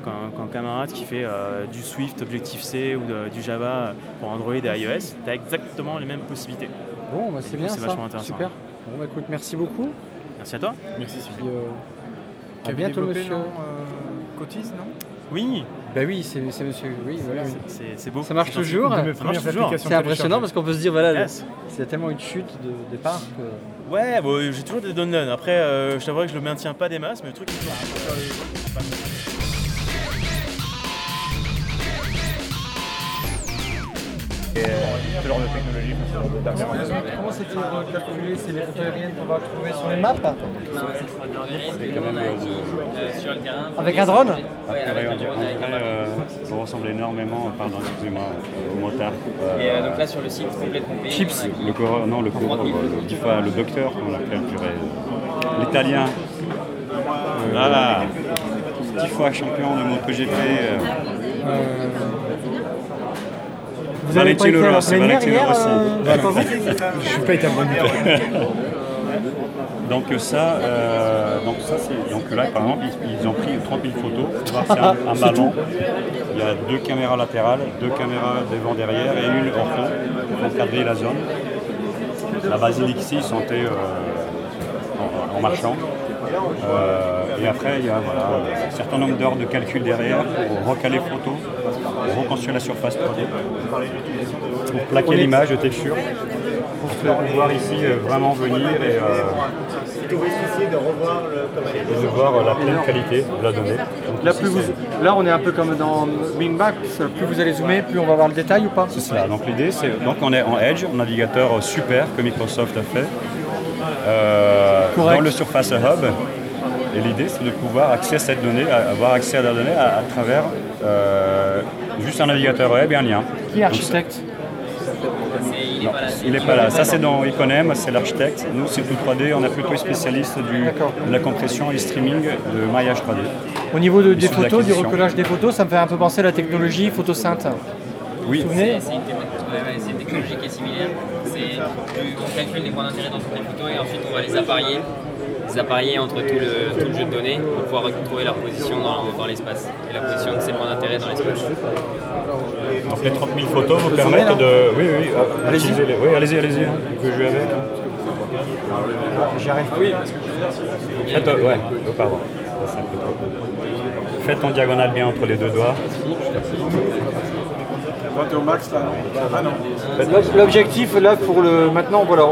qu'un- qu'un camarade qui fait euh, du Swift, Objective-C ou de- du Java euh, pour Android et iOS, tu as exactement les mêmes possibilités. Bon, bah, Et c'est du coup, bien C'est ça. vachement intéressant. Super. Bon, bah, écoute, merci beaucoup. Merci à toi. Merci, Puis, euh, à bientôt, monsieur. Cotise, non Oui. Bah oui, c'est c'est monsieur. Oui, voilà. oui. C'est c'est beau. Ça marche C'est gentil. toujours. Une de mes Ça premières marche toujours. applications C'est impressionnant téléchargées. parce qu'on peut se dire, voilà, le- Yes. c'est tellement une chute de euh, départ que. Ouais, bon, j'ai toujours des downloads. Après, euh, je t'avoue que je le maintiens pas des masses, mais le truc, c'est que- Et ce genre de technologie, Comment c'était calculé C'est les photos aériennes qu'on va trouver sur les maps Avec un drone Après, euh, on ressemble énormément, pardon, excusez-moi, au motard. euh, Et euh, donc là sur le site complètement payé. on a- Le coureur, non, le coureur, euh, le, enfin, le docteur, on l'appelle, purée, euh, l'italien. Euh, Ah voilà. Dix fois champion de MotoGP. euh. Vous avez pas été à la Valentino Rossi, plénière Valentino hier, Rossi. euh, Voilà. pas *laughs* vous Je suis pas été à la plénière. Donc ça, euh, donc ça c'est donc là par exemple ils, ils ont pris 30 000 photos. C'est un, *laughs* un C'est ballon. tout. Il y a deux caméras latérales, deux caméras devant derrière et une ortho pour encadrer la zone. la basilic ici, ils sentaient euh, en, en marchant. Euh, et après, il y a voilà, un certain nombre d'heures de calcul derrière pour recaler photo, pour reconstruire la surface produit, pour plaquer l'image de texture, pour faire voir ici euh, vraiment venir et, euh, de revoir le et de voir euh, la pleine qualité de la donnée. Donc Là, ici, plus vous- c'est- là, on est un peu comme dans Bing Bang, plus vous allez zoomer, plus on va voir le détail ou pas C'est cela. Donc l'idée, c'est donc on est en Edge, un navigateur euh, super que Microsoft a fait euh, Correct. dans le Surface Hub. Et l'idée, c'est de pouvoir accéder à cette donnée, à- avoir accès à la donnée à, à travers euh, juste un navigateur web et un lien. Qui est architecte Non, il n'est pas là. Ça, c'est dans Iconem, c'est l'architecte. Nous, c'est plus 3D. On a plutôt les spécialistes du, de la compression et streaming de maillage 3D. Au niveau de- Ils des sont de photos, du l'acquisition. recollage des photos, ça me fait un peu penser à la technologie photosynth. Oui. Vous vous souvenez C'est une, thé- ouais, c'est une technologie qui est similaire. C'est du- on calcule les points d'intérêt dans toutes les photos et ensuite on va les apparier, les apparier entre tout le, tout le jeu de données pour pouvoir retrouver leur position dans, dans l'espace et la position de ces points d'intérêt dans l'espace. Donc les 30 000 photos vous permettent de... Oui, oui, euh, Allez-y. d'utiliser les- oui, allez-y, allez-y. Vous pouvez jouer avec. J'y arrive. Oui, parce que je veux dire, c'est... Ouais, oh, pardon. Ça, c'est un peu trop. Faites en diagonale bien entre les deux doigts. Toi, t'es au max là Ah non. L'ob- L'objectif là pour le maintenant voilà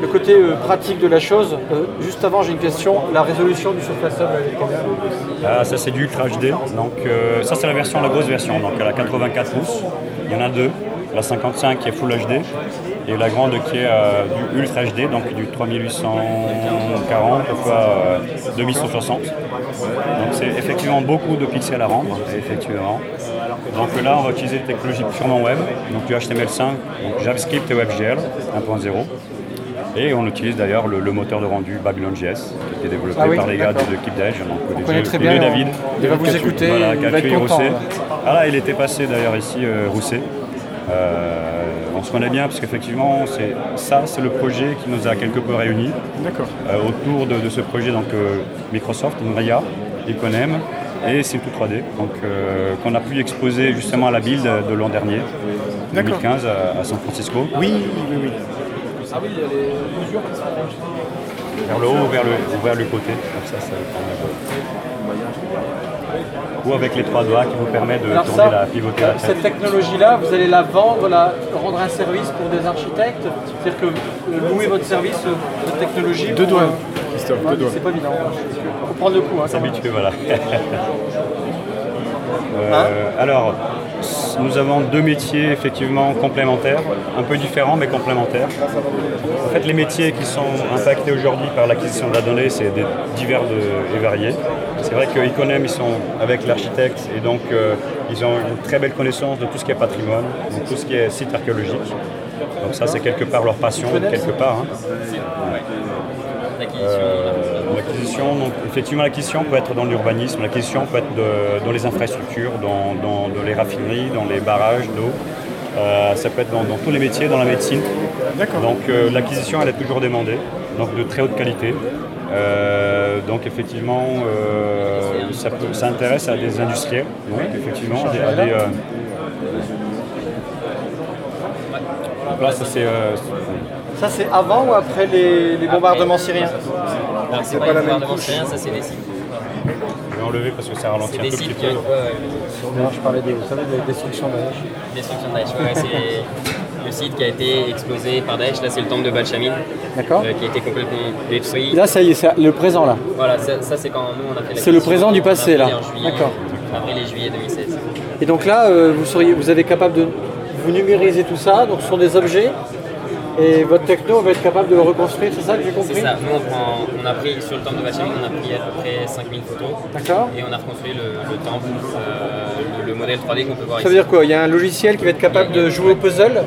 le côté euh, pratique de la chose. euh, juste avant j'ai une question, la résolution du surface Hub, elle est combien Ah, ça c'est du Ultra HD. Donc euh, ça c'est la version, la grosse version. Donc la 84 pouces, il y en a deux. La 55 qui est Full HD et la grande qui est euh, du Ultra HD, donc du 3840 x 2160. Donc c'est effectivement beaucoup de pixels à rendre, effectivement. Donc là on va utiliser des technologies purement web, donc du HTML5, donc JavaScript et WebGL 1.0. Et on utilise d'ailleurs le, le moteur de rendu Babylon.js qui était développé Ah oui, par les gars de d'accord. l'équipe d'Edge. donc, On les connaît deux- très les bien, deux on- David. il va vous Catu- écouter, voilà, il va Catu être et content, Rousset. là. Ah là, il était passé d'ailleurs ici, euh, Rousset. Euh, on se connaît bien parce qu'effectivement, c'est- ça, c'est le projet qui nous a quelque peu réunis. D'accord. Euh, autour de, de ce projet, donc euh, Microsoft, Nria, Econem et c'est tout 3D, donc euh, qu'on a pu exposer justement à la build de l'an dernier, D'accord. 2015 à, à San Francisco. Oui, oui, oui. Ah oui, il y a les mesures qui sont enregistrées. Vers le haut, vers le, vers le côté, comme ça, ça permet de- Ou avec les trois doigts qui vous permet de Alors tourner ça, euh, la, pivoter la tête. Cette technologie-là, vous allez la vendre, la rendre un service pour des architectes, c'est-à-dire que euh, louer votre service, euh, votre technologie. Deux pour, doigts, euh, Christophe, deux ouais, doigts. C'est pas évident. hein. Faut prendre le coup. hein, quand même. S'habituer, voilà. Euh, alors, s- nous avons deux métiers effectivement complémentaires, un peu différents mais complémentaires. En fait, les métiers qui sont impactés aujourd'hui par l'acquisition de la donnée, c'est des divers de- et variés. C'est vrai que Iconem, ils sont avec l'architecte et donc euh, ils ont une très belle connaissance de tout ce qui est patrimoine, de tout ce qui est site archéologique. Donc ça, c'est quelque part leur passion, quelque part. hein. Euh, l'acquisition, donc effectivement l'acquisition peut être dans l'urbanisme, l'acquisition peut être de- dans les infrastructures, dans, dans- dans les raffineries, dans les barrages d'eau. Euh, ça peut être dans, dans tous les métiers, dans la médecine. Donc euh, l'acquisition elle est toujours demandée, donc de très haute qualité. Euh, donc effectivement euh, ça, peut- ça intéresse à des industriels, donc effectivement à des- à des, euh, donc là ça c'est euh, Ça, c'est avant ou après les, les bombardements syriens Alors, c'est pas, les gouvernements syriens, ça c'est des sites. Je vais enlever parce que ça ralentit C'est un des peu. sites qui petit ont peu. une fois, euh, Non, je parlais des, vous savez, des destructions d'Aïch. destruction de Daesh. Ouais, c'est le site qui a été explosé par Daesh. Là, c'est le temple de Bachamin D'accord. qui a été complètement détruit. Là, ça y est, c'est le présent là. Voilà, ça, ça, c'est quand nous on a fait la C'est le question présent du en passé, avril là. et en juillet- D'accord. Avril et juillet 2016. Et donc là, euh, vous seriez, vous avez capable de vous numériser tout ça. Donc, ce sont des objets. Et votre techno va être capable de le reconstruire, c'est ça que j'ai compris C'est ça, nous on, prend- on a pris sur le temple de Bachamin, on a pris à peu près 5000 photos. D'accord. Et on a reconstruit le, le temple, euh, le, le modèle 3D qu'on peut voir Ça ici. veut dire quoi Il y a un logiciel qui va être capable de jouer au puzzle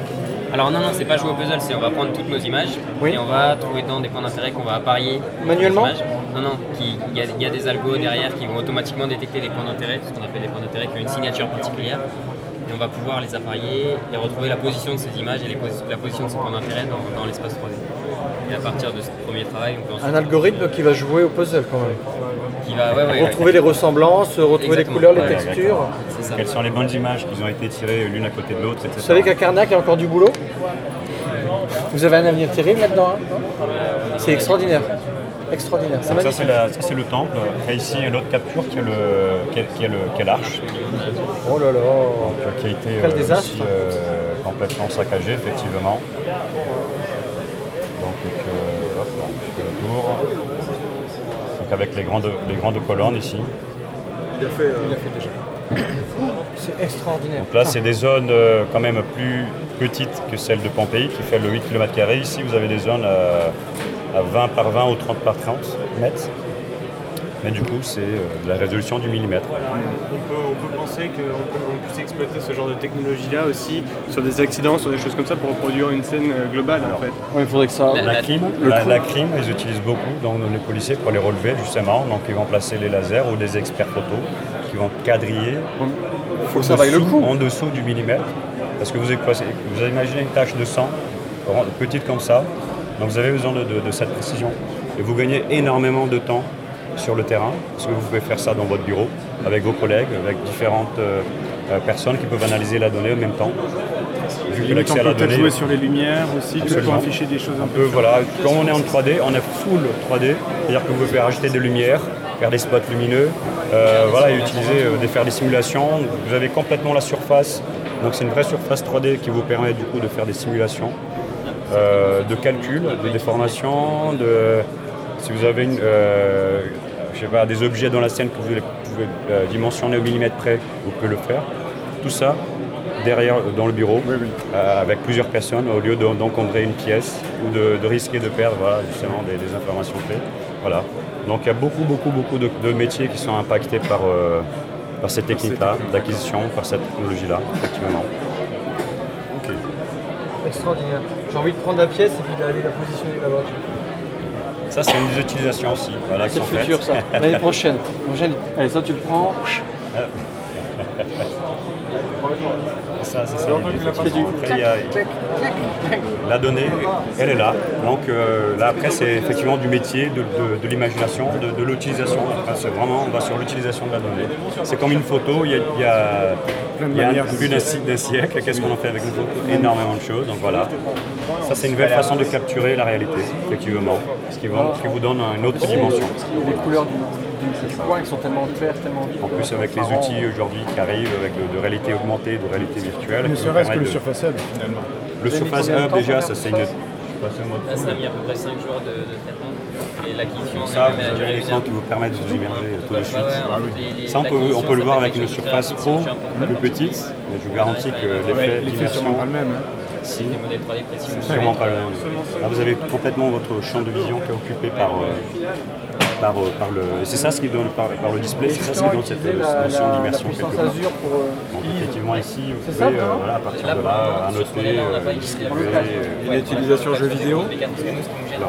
Alors non, non, c'est pas jouer au puzzle, c'est on va prendre toutes nos images et on va trouver dedans des points d'intérêt qu'on va apparier. Manuellement sur les images. Non, non, qui- il y, a- il y a des algos derrière qui vont automatiquement détecter les points d'intérêt, ce qu'on appelle des points d'intérêt qui ont une signature particulière. Et on va pouvoir les apparier et retrouver la position de ces images et les posi- la position de ces points d'intérêt dans, dans l'espace 3D. Et à partir de ce premier travail, on peut ensuite... Un algorithme qui va jouer au puzzle quand même. Qui va- ouais, ouais, ouais. retrouver les ressemblances, euh, retrouver les Exactement. couleurs, les Ouais, textures. Quelles sont les bonnes images qui ont été tirées l'une à côté de l'autre, etc. Vous savez qu'à Carnac, il y a encore du boulot Vous avez un avenir terrible là-dedans. hein c'est extraordinaire. Extraordinaire. C'est Donc ça magnifique. c'est, la- ça, c'est le temple, et ici l'autre capture qui est le qui est, qui est le- qui est l'arche. Oh là là Donc, euh, qui a été Quel euh, désastre. aussi, euh, complètement saccagée effectivement. Donc, euh, hop, on fait le tour. Donc avec les grandes, les grandes colonnes ici. Il a fait, déjà. euh, *coughs* C'est extraordinaire. Donc là, c'est des zones euh, quand même plus petites que celle de Pompéi qui fait le 8 km. Ici, vous avez des zones euh, à 20 par 20 ou 30 par 30 mètres. Mais du coup, c'est euh, de la résolution du millimètre. On peut, on peut penser qu'on puisse exploiter ce genre de technologie-là aussi sur des accidents, sur des choses comme ça pour reproduire une scène euh, globale en fait. il faudrait que ça. La, crime, le la, trou. la crime, ils utilisent beaucoup dans les policiers pour les relever justement. Donc ils vont placer les lasers ou des experts photo qui vont quadriller Faut que en ça vaille le dessous- coup. en dessous du millimètre. Parce que vous, équassez- vous imaginez une tache de sang grande- petite comme ça. Donc vous avez besoin de, de- de cette précision. Et vous gagnez énormément de temps sur le terrain. Parce que vous pouvez faire ça dans votre bureau avec vos collègues, avec différentes euh, euh, personnes qui peuvent analyser la donnée en même temps. Vu que Limite, l'accès on à la peut peut-être donnée. jouer sur les lumières aussi, tu peux Absolument. afficher des choses un un peu peu. Voilà, quand on est en 3D, on est full 3D, c'est-à-dire que vous pouvez rajouter des lumières, faire des spots lumineux, euh, voilà, et utiliser, euh, des- faire des simulations. Vous avez complètement la surface, donc c'est une vraie surface 3D qui vous permet du coup de faire des simulations, euh, de calcul, de déformation, de si vous avez une, euh, je sais pas, des objets dans la scène que vous voulez- pouvez euh, dimensionner au millimètre près, vous pouvez le faire. Tout ça derrière, euh, dans le bureau, euh, avec plusieurs personnes, au lieu d'en- d'encombrer une pièce ou de, de risquer de perdre voilà, justement des, des informations clés. Voilà. Donc il y a beaucoup, beaucoup, beaucoup de, de métiers qui sont impactés par, euh, par cette technique-là, d'acquisition, par cette technologie-là, effectivement. Ok. Extraordinaire. J'ai envie de prendre la pièce et puis d'aller la positionner là-bas. Ça, c'est une des utilisations aussi. Voilà, qui c'est le sont faites. futur, *laughs* ça. L'année prochaine. Prochaine. Allez, ça, tu le prends. Ça, c'est ça. C'est un l'idée, peu effectivement. plus la Après, il y a- la donnée, elle est là. Donc euh, là, après, c'est effectivement du métier, de, de- de l'imagination, de, de l'utilisation. Enfin, c'est vraiment, on va sur l'utilisation de la donnée. C'est comme une photo, il y a, il y a- Plein de il y a manières. plus d'un si- d'un siècle. Qu'est-ce qu'on en fait avec une photo Énormément de choses. Donc voilà. Ça, c'est une belle façon de capturer la réalité, effectivement. Ce qui, va- ce qui vous donne une autre dimension. Les couleurs du, du, du coin qui sont tellement claires, tellement vives. En plus, avec les outils aujourd'hui qui arrivent, avec de, de réalité augmentée, de réalité virtuelle. Ne qui nous serait-ce que permettent le de- Surface Hub finalement. Le Surface Hub, déjà, ça, c'est une. Là, ça a mis à peu près 5 jours de, de traitement. Et l'acquisition, Pour on ça, a vous même avez duré l'écran qui vous permet de vous immerger tout de suite. Ah Ouais, ouais, ouais. Ça, on peut, on peut le voir avec une surface pro, plus petite, mais je vous garantis que l'effet d'immersion Si. Des modèles 3D précis. n'est sûrement pas le même. Là, Ah, vous avez complètement votre champ de vision qui est occupé par, euh, par, euh, par le. et C'est ça ce qui donne par, par le display, c'est ça ce qui donne cette euh, notion d'immersion quelque part. Donc, effectivement, ici, vous pouvez, euh, voilà, à partir de là, annoter, euh, distribuer. euh, Une utilisation jeux vidéo Non.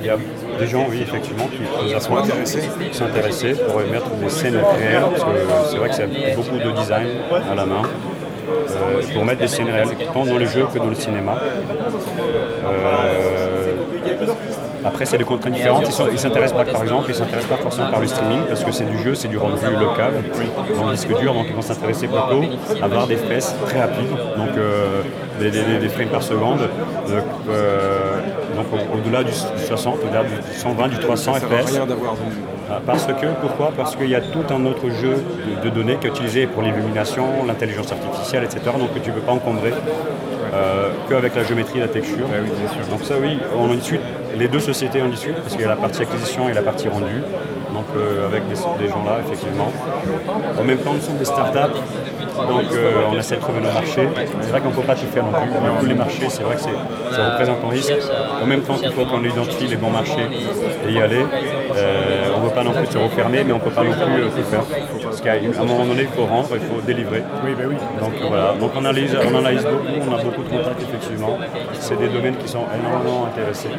Il y a des gens, oui, effectivement, qui qui sont intéressés, qui sont intéressés pour mettre des scènes réelles, parce que c'est vrai que c'est beaucoup de design à la main, euh, pour mettre des scènes réelles, tant dans les jeux que dans le cinéma. Euh, après, c'est des contraintes différentes. Ils sont- Ils s'intéressent pas, par exemple, ils s'intéressent pas forcément par le streaming, parce que c'est du jeu, c'est du rendu local, dans le disque dur, donc ils vont s'intéresser plutôt à avoir des fesses très rapides, donc euh, des, des- des- des frames par seconde. Donc, euh, donc au- au-delà du, du 60, au-delà du 120, du 300 Ça sert à FPS. rien d'avoir Ah, Parce que, pourquoi Parce qu'il y a tout un autre jeu de, de données qui est utilisé pour l'illumination, l'intelligence artificielle, etc. Donc que tu ne peux pas encombrer euh, qu'avec la géométrie et la texture. Donc ça oui, on en discute, les deux sociétés en discutent, parce qu'il y a la partie acquisition et la partie rendue. Donc euh, avec des, des gens là, effectivement. En même temps, nous sommes des startups, donc euh, on essaie de trouver nos marchés. C'est vrai qu'on ne peut pas tout faire non plus. Du coup, les marchés, c'est vrai que c'est- ça représente un risque. En même temps qu'il faut qu'on identifie les bons marchés et y aller, euh, on ne veut pas non plus se refermer, mais on ne peut pas non plus euh, tout faire. Parce qu'à une- à un moment donné, il faut rendre, il faut délivrer. Donc euh, voilà, donc on analyse, on analyse beaucoup, on a beaucoup de contacts effectivement. C'est des domaines qui sont énormément intéressés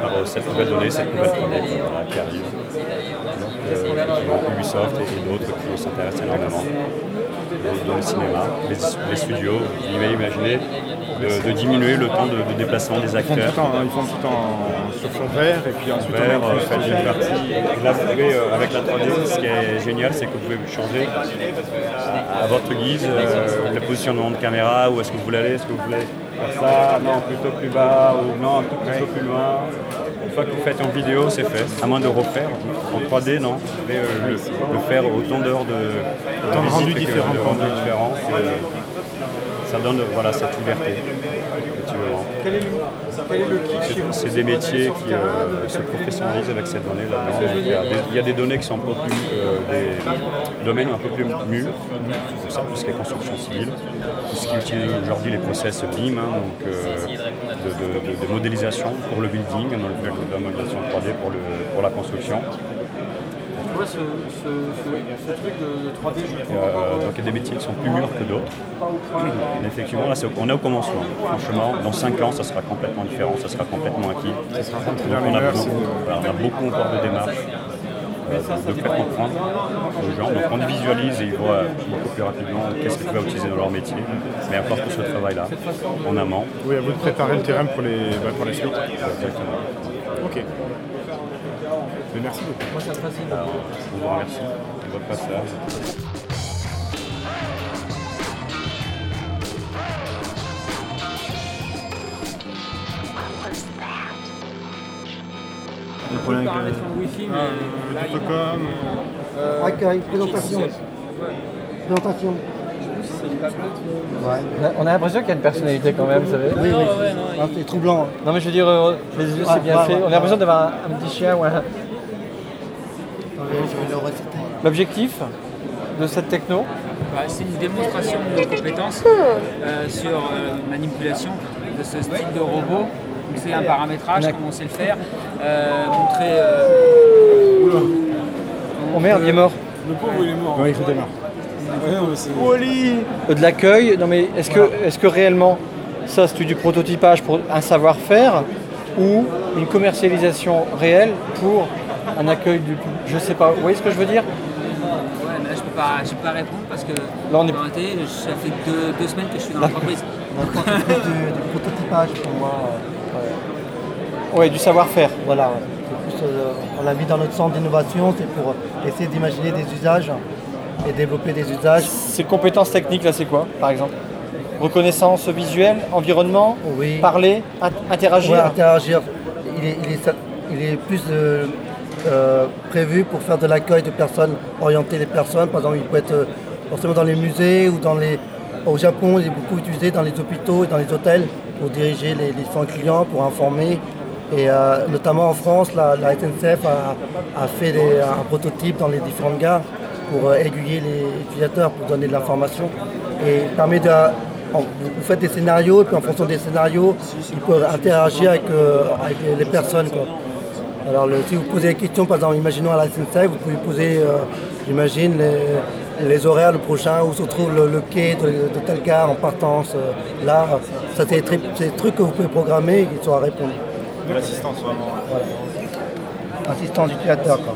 par euh, cette nouvelle donnée, cette nouvelle produit voilà, qui arrive. Donc, euh, effectivement, Ubisoft et, et d'autres qui s'intéressent énormément dans- dans le cinéma, les, les studios. Il va imaginer de, de diminuer le temps de, de déplacement des Ils font acteurs. tout en, ils font tout en sur fond vert et puis ensuite Vert, en euh, fait une partie. Et Là, vous pouvez, euh, avec la 3D, ce qui est génial, c'est que vous pouvez changer à votre guise euh, le positionnement de caméra, où est-ce que vous voulez aller, est-ce que vous voulez faire ça, non, plutôt plus bas, ou non, un tout petit peu plus loin. Une fois que vous faites en vidéo, c'est fait, à moins de refaire. En 3D, non. Mais euh, le, le faire autant d'heures de, Autant de visite rendus que différents, de quoi. rendus différents, c'est- euh, ça donne voilà, cette liberté. que tu veux avoir. Quel est le, quel est le kick chez C'est- vous C'est des métiers qui euh, se professionnalisent avec ces données-là. Il, y a des- il y a des données qui sont un peu plus, euh, des domaines un peu plus mûrs, tout ça, tout ce qui est construction civile, tout ce qui utilise aujourd'hui les process BIM, hein, donc euh, de, de- de- de modélisation pour le building, hein, de la modélisation 3D pour, le- pour la construction. Tu vois ce, ce- ce- ce truc de, de 3D, je le trouve encore, Euh, euh, donc il y a des métiers qui sont plus mûrs que d'autres. *clears throat* pas au point. Mais effectivement, là, c'est au- on est au commencement. Franchement, dans 5 ans, ça sera complètement différent, ça sera complètement acquis. Donc, on, a beaucoup, voilà, on a beaucoup encore de démarches euh, de faire comprendre aux gens. Donc, on les visualise et ils voient beaucoup plus rapidement qu'est-ce qu'ils peuvent utiliser dans leur métier. Mais encore pour ce travail-là, en amont. Oui, à vous de préparer le terrain pour les, bah, pour la suite. Exactement. Ok. Mais merci beaucoup. Moi, ça me fascine. Je Bah, vous remercie de votre passage. Le problème avec le wifi, mais Accueil, présentation. Ah, Présentation. On a- On a l'impression qu'il y a une personnalité quand même, vous savez. Oui, oui. Ah, c'est troublant. Non mais je veux dire, euh, les yeux Ouais, c'est bien ouais, fait. ouais. On a l'impression d'avoir un, un petit chien ou un- Attendez, je vais le reciter. L'objectif de cette techno, Bah, c'est une démonstration de compétences euh, sur euh, manipulation de ce style de robot. Donc, C'est un paramétrage, comment on sait le faire, euh, montrer. euh, oh merde, il est mort. Le pauvre, il est mort. Oui, il est mort. Euh, De l'accueil, non mais est-ce que, est que réellement ça c'est du prototypage pour un savoir-faire ou une commercialisation réelle pour un accueil du public Je sais pas, vous voyez ce que je veux dire Ouais, mais là, je peux pas, je peux pas répondre parce que Là, on est- en réalité, ça fait deux, deux semaines que je suis dans D'accord. l'entreprise. D'accord, c'est plus du, du prototypage pour moi. euh, ouais. Ouais, du savoir-faire. Voilà, ouais. C'est plus, euh, on l'a mis dans notre centre d'innovation, c'est pour essayer d'imaginer des usages et développer des usages. Ces compétences techniques là c'est quoi par exemple Reconnaissance visuelle, environnement, parler, in- interagir Ouais, interagir. Il est, il est sa- il est plus euh, euh, prévu pour faire de l'accueil de personnes, orienter les personnes. Par exemple, il peut être euh, forcément dans les musées ou dans les. Au Japon, il est beaucoup utilisé dans les hôpitaux et dans les hôtels pour diriger les, les soins clients, pour informer. Et euh, notamment en France, la, la SNCF a, a fait des- un prototype dans les différentes gares pour euh, aiguiller les utilisateurs, pour donner de l'information. Et il permet de, en- vous faites des scénarios, et puis en fonction des scénarios, ils peuvent interagir avec, euh, avec les- les personnes. quoi. Alors, le- si vous posez des questions, par exemple, imaginons à la SNCF, vous pouvez poser, euh, j'imagine, les, les horaires, le prochain, où se trouve le, le quai de, de telle gare en partance, euh, là. Ça, c'est des, tri- c'est des trucs que vous pouvez programmer et qui sont à répondre. De l'assistance, vraiment. Assistant utilisateur, quoi.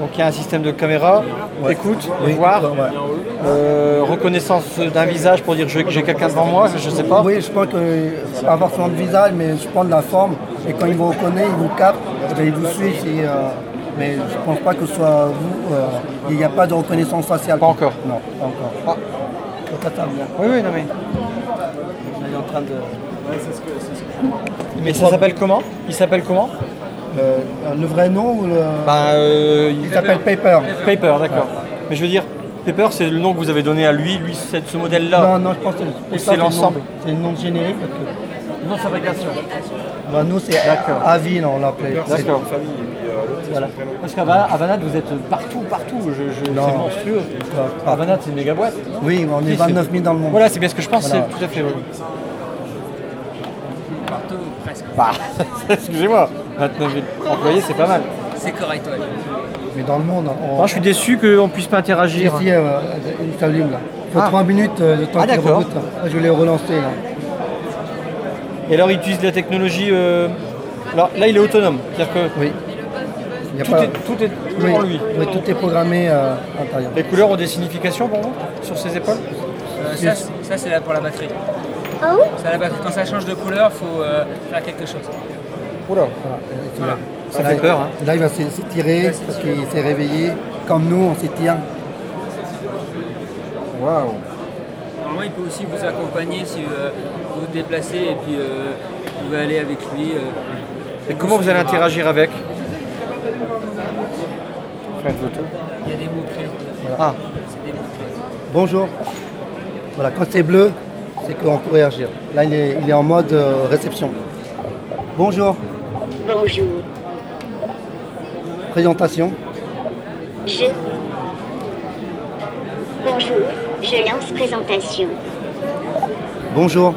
Donc il y a un système de caméra, Ouais. écoute, Oui. voir, Ouais. euh, reconnaissance d'un visage pour dire je- j'ai quelqu'un devant moi, je sais pas. Oui, je pense que c'est pas forcément de visage, mais je prends de la forme. Et quand ils vous reconnaissent, ils vous captent, eh ben, ils vous suivent. c'est, euh, mais je pense pas que ce soit vous. euh, Il n'y a pas de reconnaissance faciale. Pas encore. Non, pas encore. Ah. Oui, oui, non mais. Il est en train de. Mais ça s'appelle comment Il s'appelle comment Euh, le vrai nom ou le. Bah, euh, Il s'appelle Paper. Paper, d'accord. Mais je veux dire, Paper, c'est le nom que vous avez donné à lui, lui, c'est ce modèle-là. Non, non, je pense que Ou c'est- c'est l'ensemble. C'est le nom générique. Parce que... Non, fabrication. Bah, nous, c'est D'accord. Avine, on l'appelait. D'accord. Voilà. Parce qu'à Avanade, vous êtes partout, partout. Je, je- Non. C'est monstrueux. Avanade, c'est une méga boîte. Oui, on Si, est c'est- 29 000 dans le monde. Voilà, c'est bien ce que je pense, Voilà. c'est tout à fait. oui. Partout, presque. Bah, *laughs* excusez-moi, 29 000 employés, c'est pas mal. C'est correct, ouais. Mais dans le monde, on... Moi, je suis déçu qu'on puisse pas Ici, interagir. euh, une saline, là. Il faut Ah. 3 minutes euh, de temps Ah, qu'il d'accord. reboot, là. Là, Je voulais relancer là. Et alors, il utilise la technologie. euh, Alors, là, il est autonome. C'est-à-dire que Il y a tout, pas- est, tout est Oui, devant lui. oui, tout est programmé euh, à l'intérieur. Les couleurs ont des significations pour vous sur ses épaules Euh, ça, c'est- ça, c'est là pour la batterie. Ah C'est la batterie. Quand ça change de couleur, il faut euh, faire quelque chose. Oula. Voilà. Ça Là, fait il- peur, hein. Là, il va s'é- s'étirer parce qu'il s'est réveillé. Comme nous, on s'étire. Waouh. Alors, Normalement, il peut aussi vous accompagner si euh, vous vous déplacez et puis euh, vous pouvez aller avec lui. euh. Et comment vous allez interagir avec Faire une photo. Il y a des mots-clés. Ah. C'est des mots-clés. Bonjour. Voilà, quand c'est bleu, c'est qu'on peut réagir. Là, il est, il est en mode euh, réception. Bonjour. Bonjour. Présentation. Je. Bonjour. Je lance présentation. Bonjour.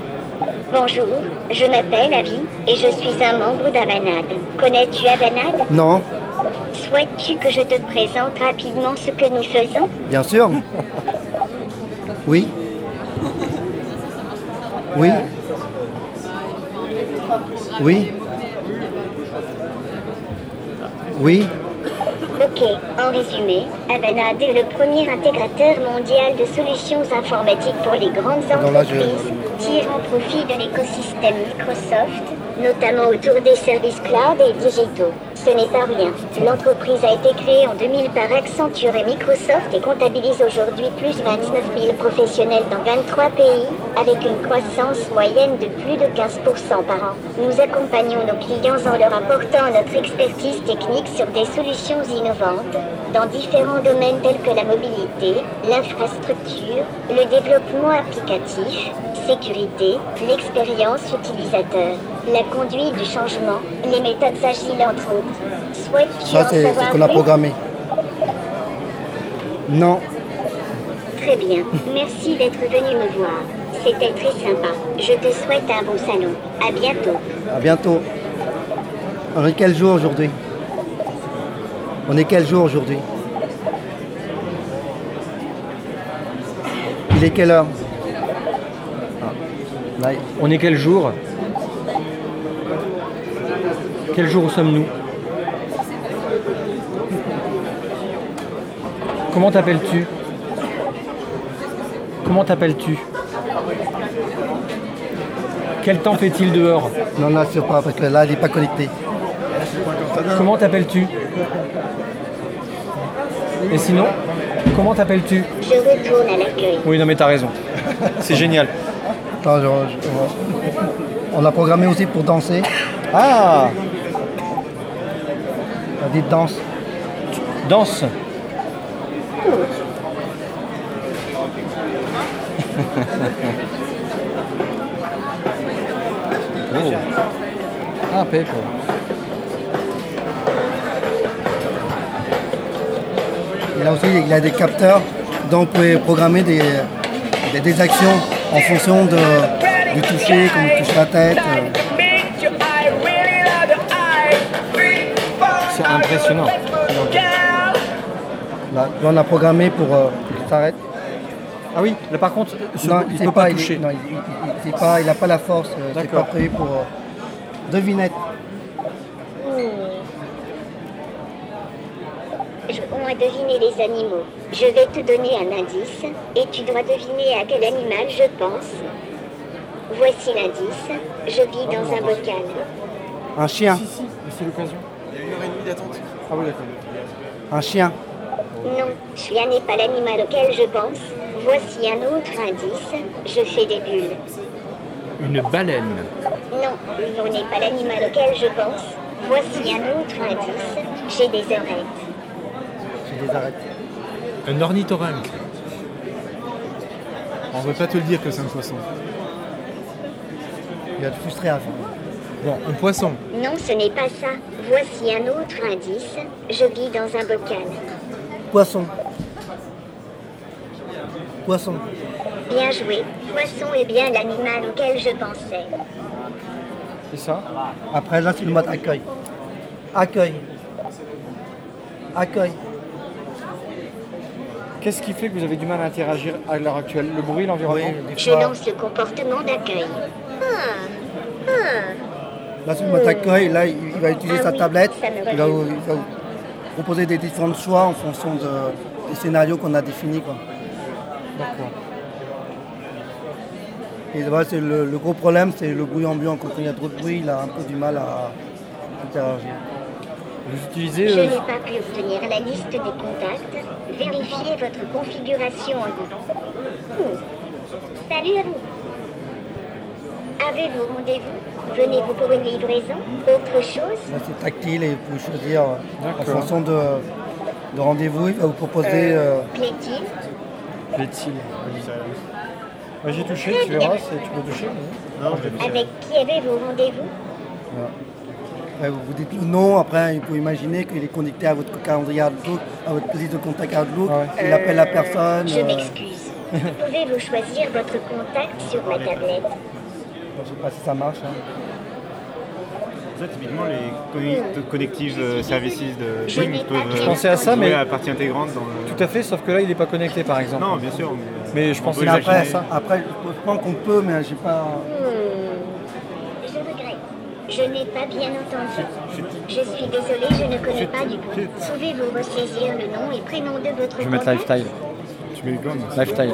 Bonjour. Je m'appelle Avi et je suis un membre d'Avanade. Connais-tu Avanade Non. Souhaites-tu que je te présente rapidement ce que nous faisons Bien sûr. Oui. Oui. Oui. Oui. Ok, en résumé, Avanade est le premier intégrateur mondial de solutions informatiques pour les grandes Non, là, je- entreprises, tirant profit de l'écosystème Microsoft, notamment autour des services cloud et digitaux. Ce n'est pas rien. L'entreprise a été créée en 2000 par Accenture et Microsoft et comptabilise aujourd'hui plus de 29 000 professionnels dans 23 pays, avec une croissance moyenne de plus de 15% par an. Nous accompagnons nos clients en leur apportant notre expertise technique sur des solutions innovantes dans différents domaines tels que la mobilité, l'infrastructure, le développement applicatif, sécurité, l'expérience utilisateur, la conduite du changement, les méthodes agiles entre autres. Souhaites-tu Ça, en c'est savoir ce qu'on a plus programmé. Non. Très bien, merci d'être venu me voir. C'était très sympa. Je te souhaite un bon salon. À bientôt. À bientôt. On est quel jour aujourd'hui On est quel jour aujourd'hui Il est quelle heure Ah. Là, il- On est quel jour Quel jour sommes-nous Comment t'appelles-tu Comment t'appelles-tu Quel temps fait-il dehors Non, là, c'est pas, parce que là, il n'est pas connecté. Comment t'appelles-tu Et sinon, comment t'appelles-tu Je retourne à l'accueil. Oui, non mais t'as raison. C'est génial. Attends, je- je- on l'a programmé aussi pour danser. Ah On dit danse. Danse. Oh. Ah, paper. Et là aussi, il y a des capteurs, donc vous pouvez programmer des, des, des actions en fonction de, du toucher, comme on touche la tête. euh. C'est impressionnant. Là, là, on a programmé pour euh, qu'il s'arrête. Ah oui, là par contre, ce- Non, il sait peut pas il est- toucher. non, il- il- il- il sait pas- il n'a pas la force, euh, c'est pas D'accord. prévu pour euh, devinette. Je on à deviner les animaux. Je vais te donner un indice et tu dois deviner à quel animal je pense. Voici l'indice. Je vis dans un bocal. Un chien, C'est l'occasion. Il y a une heure et demie d'attente. Ah oui, d'accord. un chien, Non, chien n'est pas l'animal auquel je pense. Voici un autre indice. Je fais des bulles. Une baleine. Non, l'on n'est pas l'animal auquel je pense. Voici un autre indice. J'ai des oreilles. je les arrête. Un ornithorynque. On ne veut pas te le dire que c'est un poisson. Il va te frustrer avant. Bon, un poisson. Non, ce n'est pas ça. Voici un autre indice. Je vis dans un bocal. Poisson. Poisson. Bien joué. Poisson est bien l'animal auquel je pensais. C'est ça Après, là, c'est le mode accueil. Accueil. Accueil. Qu'est-ce qui fait que vous avez du mal à interagir à l'heure actuelle Le bruit, l'environnement Je lance le comportement d'accueil. Ah, ah. Là, sur le mode accueil, là, il il va utiliser Ah sa oui, tablette. ça me Il va, vous, revient. il va vous proposer des différents choix en fonction de- des scénarios qu'on a définis. quoi. Et voilà, c'est le, le gros problème, c'est le bruit ambiant. Quand il y a trop de bruit, il a un peu du mal à interagir. Vous Je utilisez. n'ai euh, pas pu obtenir la liste des contacts. Vérifiez votre configuration en ligne. Hmm. Salut à vous. Avez-vous rendez-vous Venez-vous pour une livraison Autre chose Là, c'est tactile et vous pouvez choisir euh, en D'accord. fonction de, de rendez-vous. Il va vous proposer. euh, Plaît-il Plaît-il Moi j'ai touché, tu verras, c'est- tu peux toucher. mais- Avec qui avez-vous rendez-vous voilà. Ouais, vous vous dites le nom, après il faut imaginer qu'il est connecté à votre calendrier Outlook, à votre liste de contact Outlook, il appelle la personne. Je euh, m'excuse. Pouvez-vous choisir votre contact sur ma tablette Je sais pas si ça marche. hein. euh, Ça, typiquement, les connect- connectives euh, services de Je Bing n'ai pas peuvent de- euh, Je pensais à ça, jouer mais- la partie intégrante dans le... Tout à fait, sauf que là il n'est pas connecté par exemple. Non, bien sûr, mais- Mais je On pense peut que Après, ça- après, je pense qu'on peut, mais j'ai pas. Hmm, Je regrette. Je n'ai pas bien entendu. Je suis désolée, je ne connais pas du tout. Pouvez-vous ressaisir le nom et prénom de votre Je vais mettre lifestyle. Tu mets quoi Lifestyle.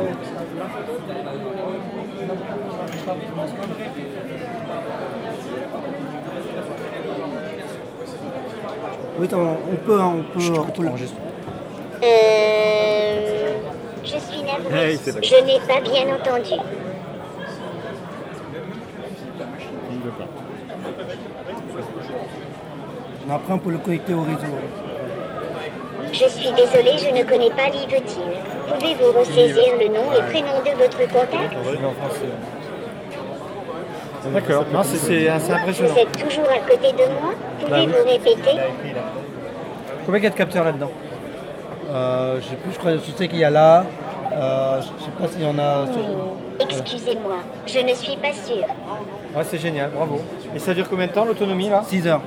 Oui, on, on peut, hein, on peut. on peut le- Euh, je suis navrée. Hey, c'est pas je grave. n'ai pas bien entendu. mais Après, on peut le connecter au réseau. Je suis désolée, je ne connais pas Livetine. Pouvez-vous ressaisir le nom et prénom de votre contact D'accord, non, c'est- c'est assez impressionnant. Vous êtes toujours à côté de moi Bah oui. Pouvez-vous répéter Combien il y a de capteurs là-dedans Euh, je sais plus, je, crois, je sais qu'il y a là. Euh, je sais pas s'il y en a. sur- Excusez-moi, je ne suis pas sûre. Ouais, c'est génial, bravo. Et ça dure combien de temps l'autonomie là 6 heures.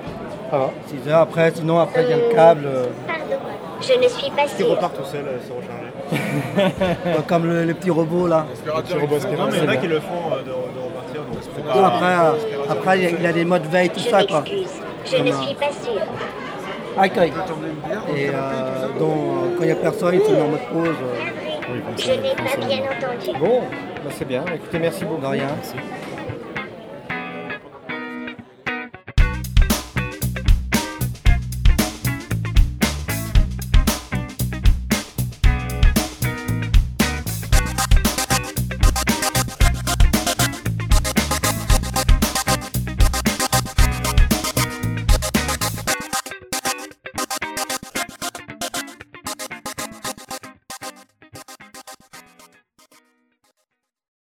Ça va. 6 heures après, sinon après il y a le câble. euh, Pardon, je ne suis pas Il sûre. repart tout seul, euh, se recharger. *laughs* euh, comme le, les petits robots là. Non, mais il y en a qui le font euh, de, de repartir, donc c'est pas- Non, après, euh, après, il y a- il y a des modes veille, tout Je ça quoi. m'excuse, je Comme, ne euh, suis pas sûre. Accueil. Et euh, dont, euh, quand il n'y a personne, ils se mettent en mode pause. euh. Je n'ai pas bien entendu. Bon, bah, c'est bien. Écoutez, merci beaucoup. De rien.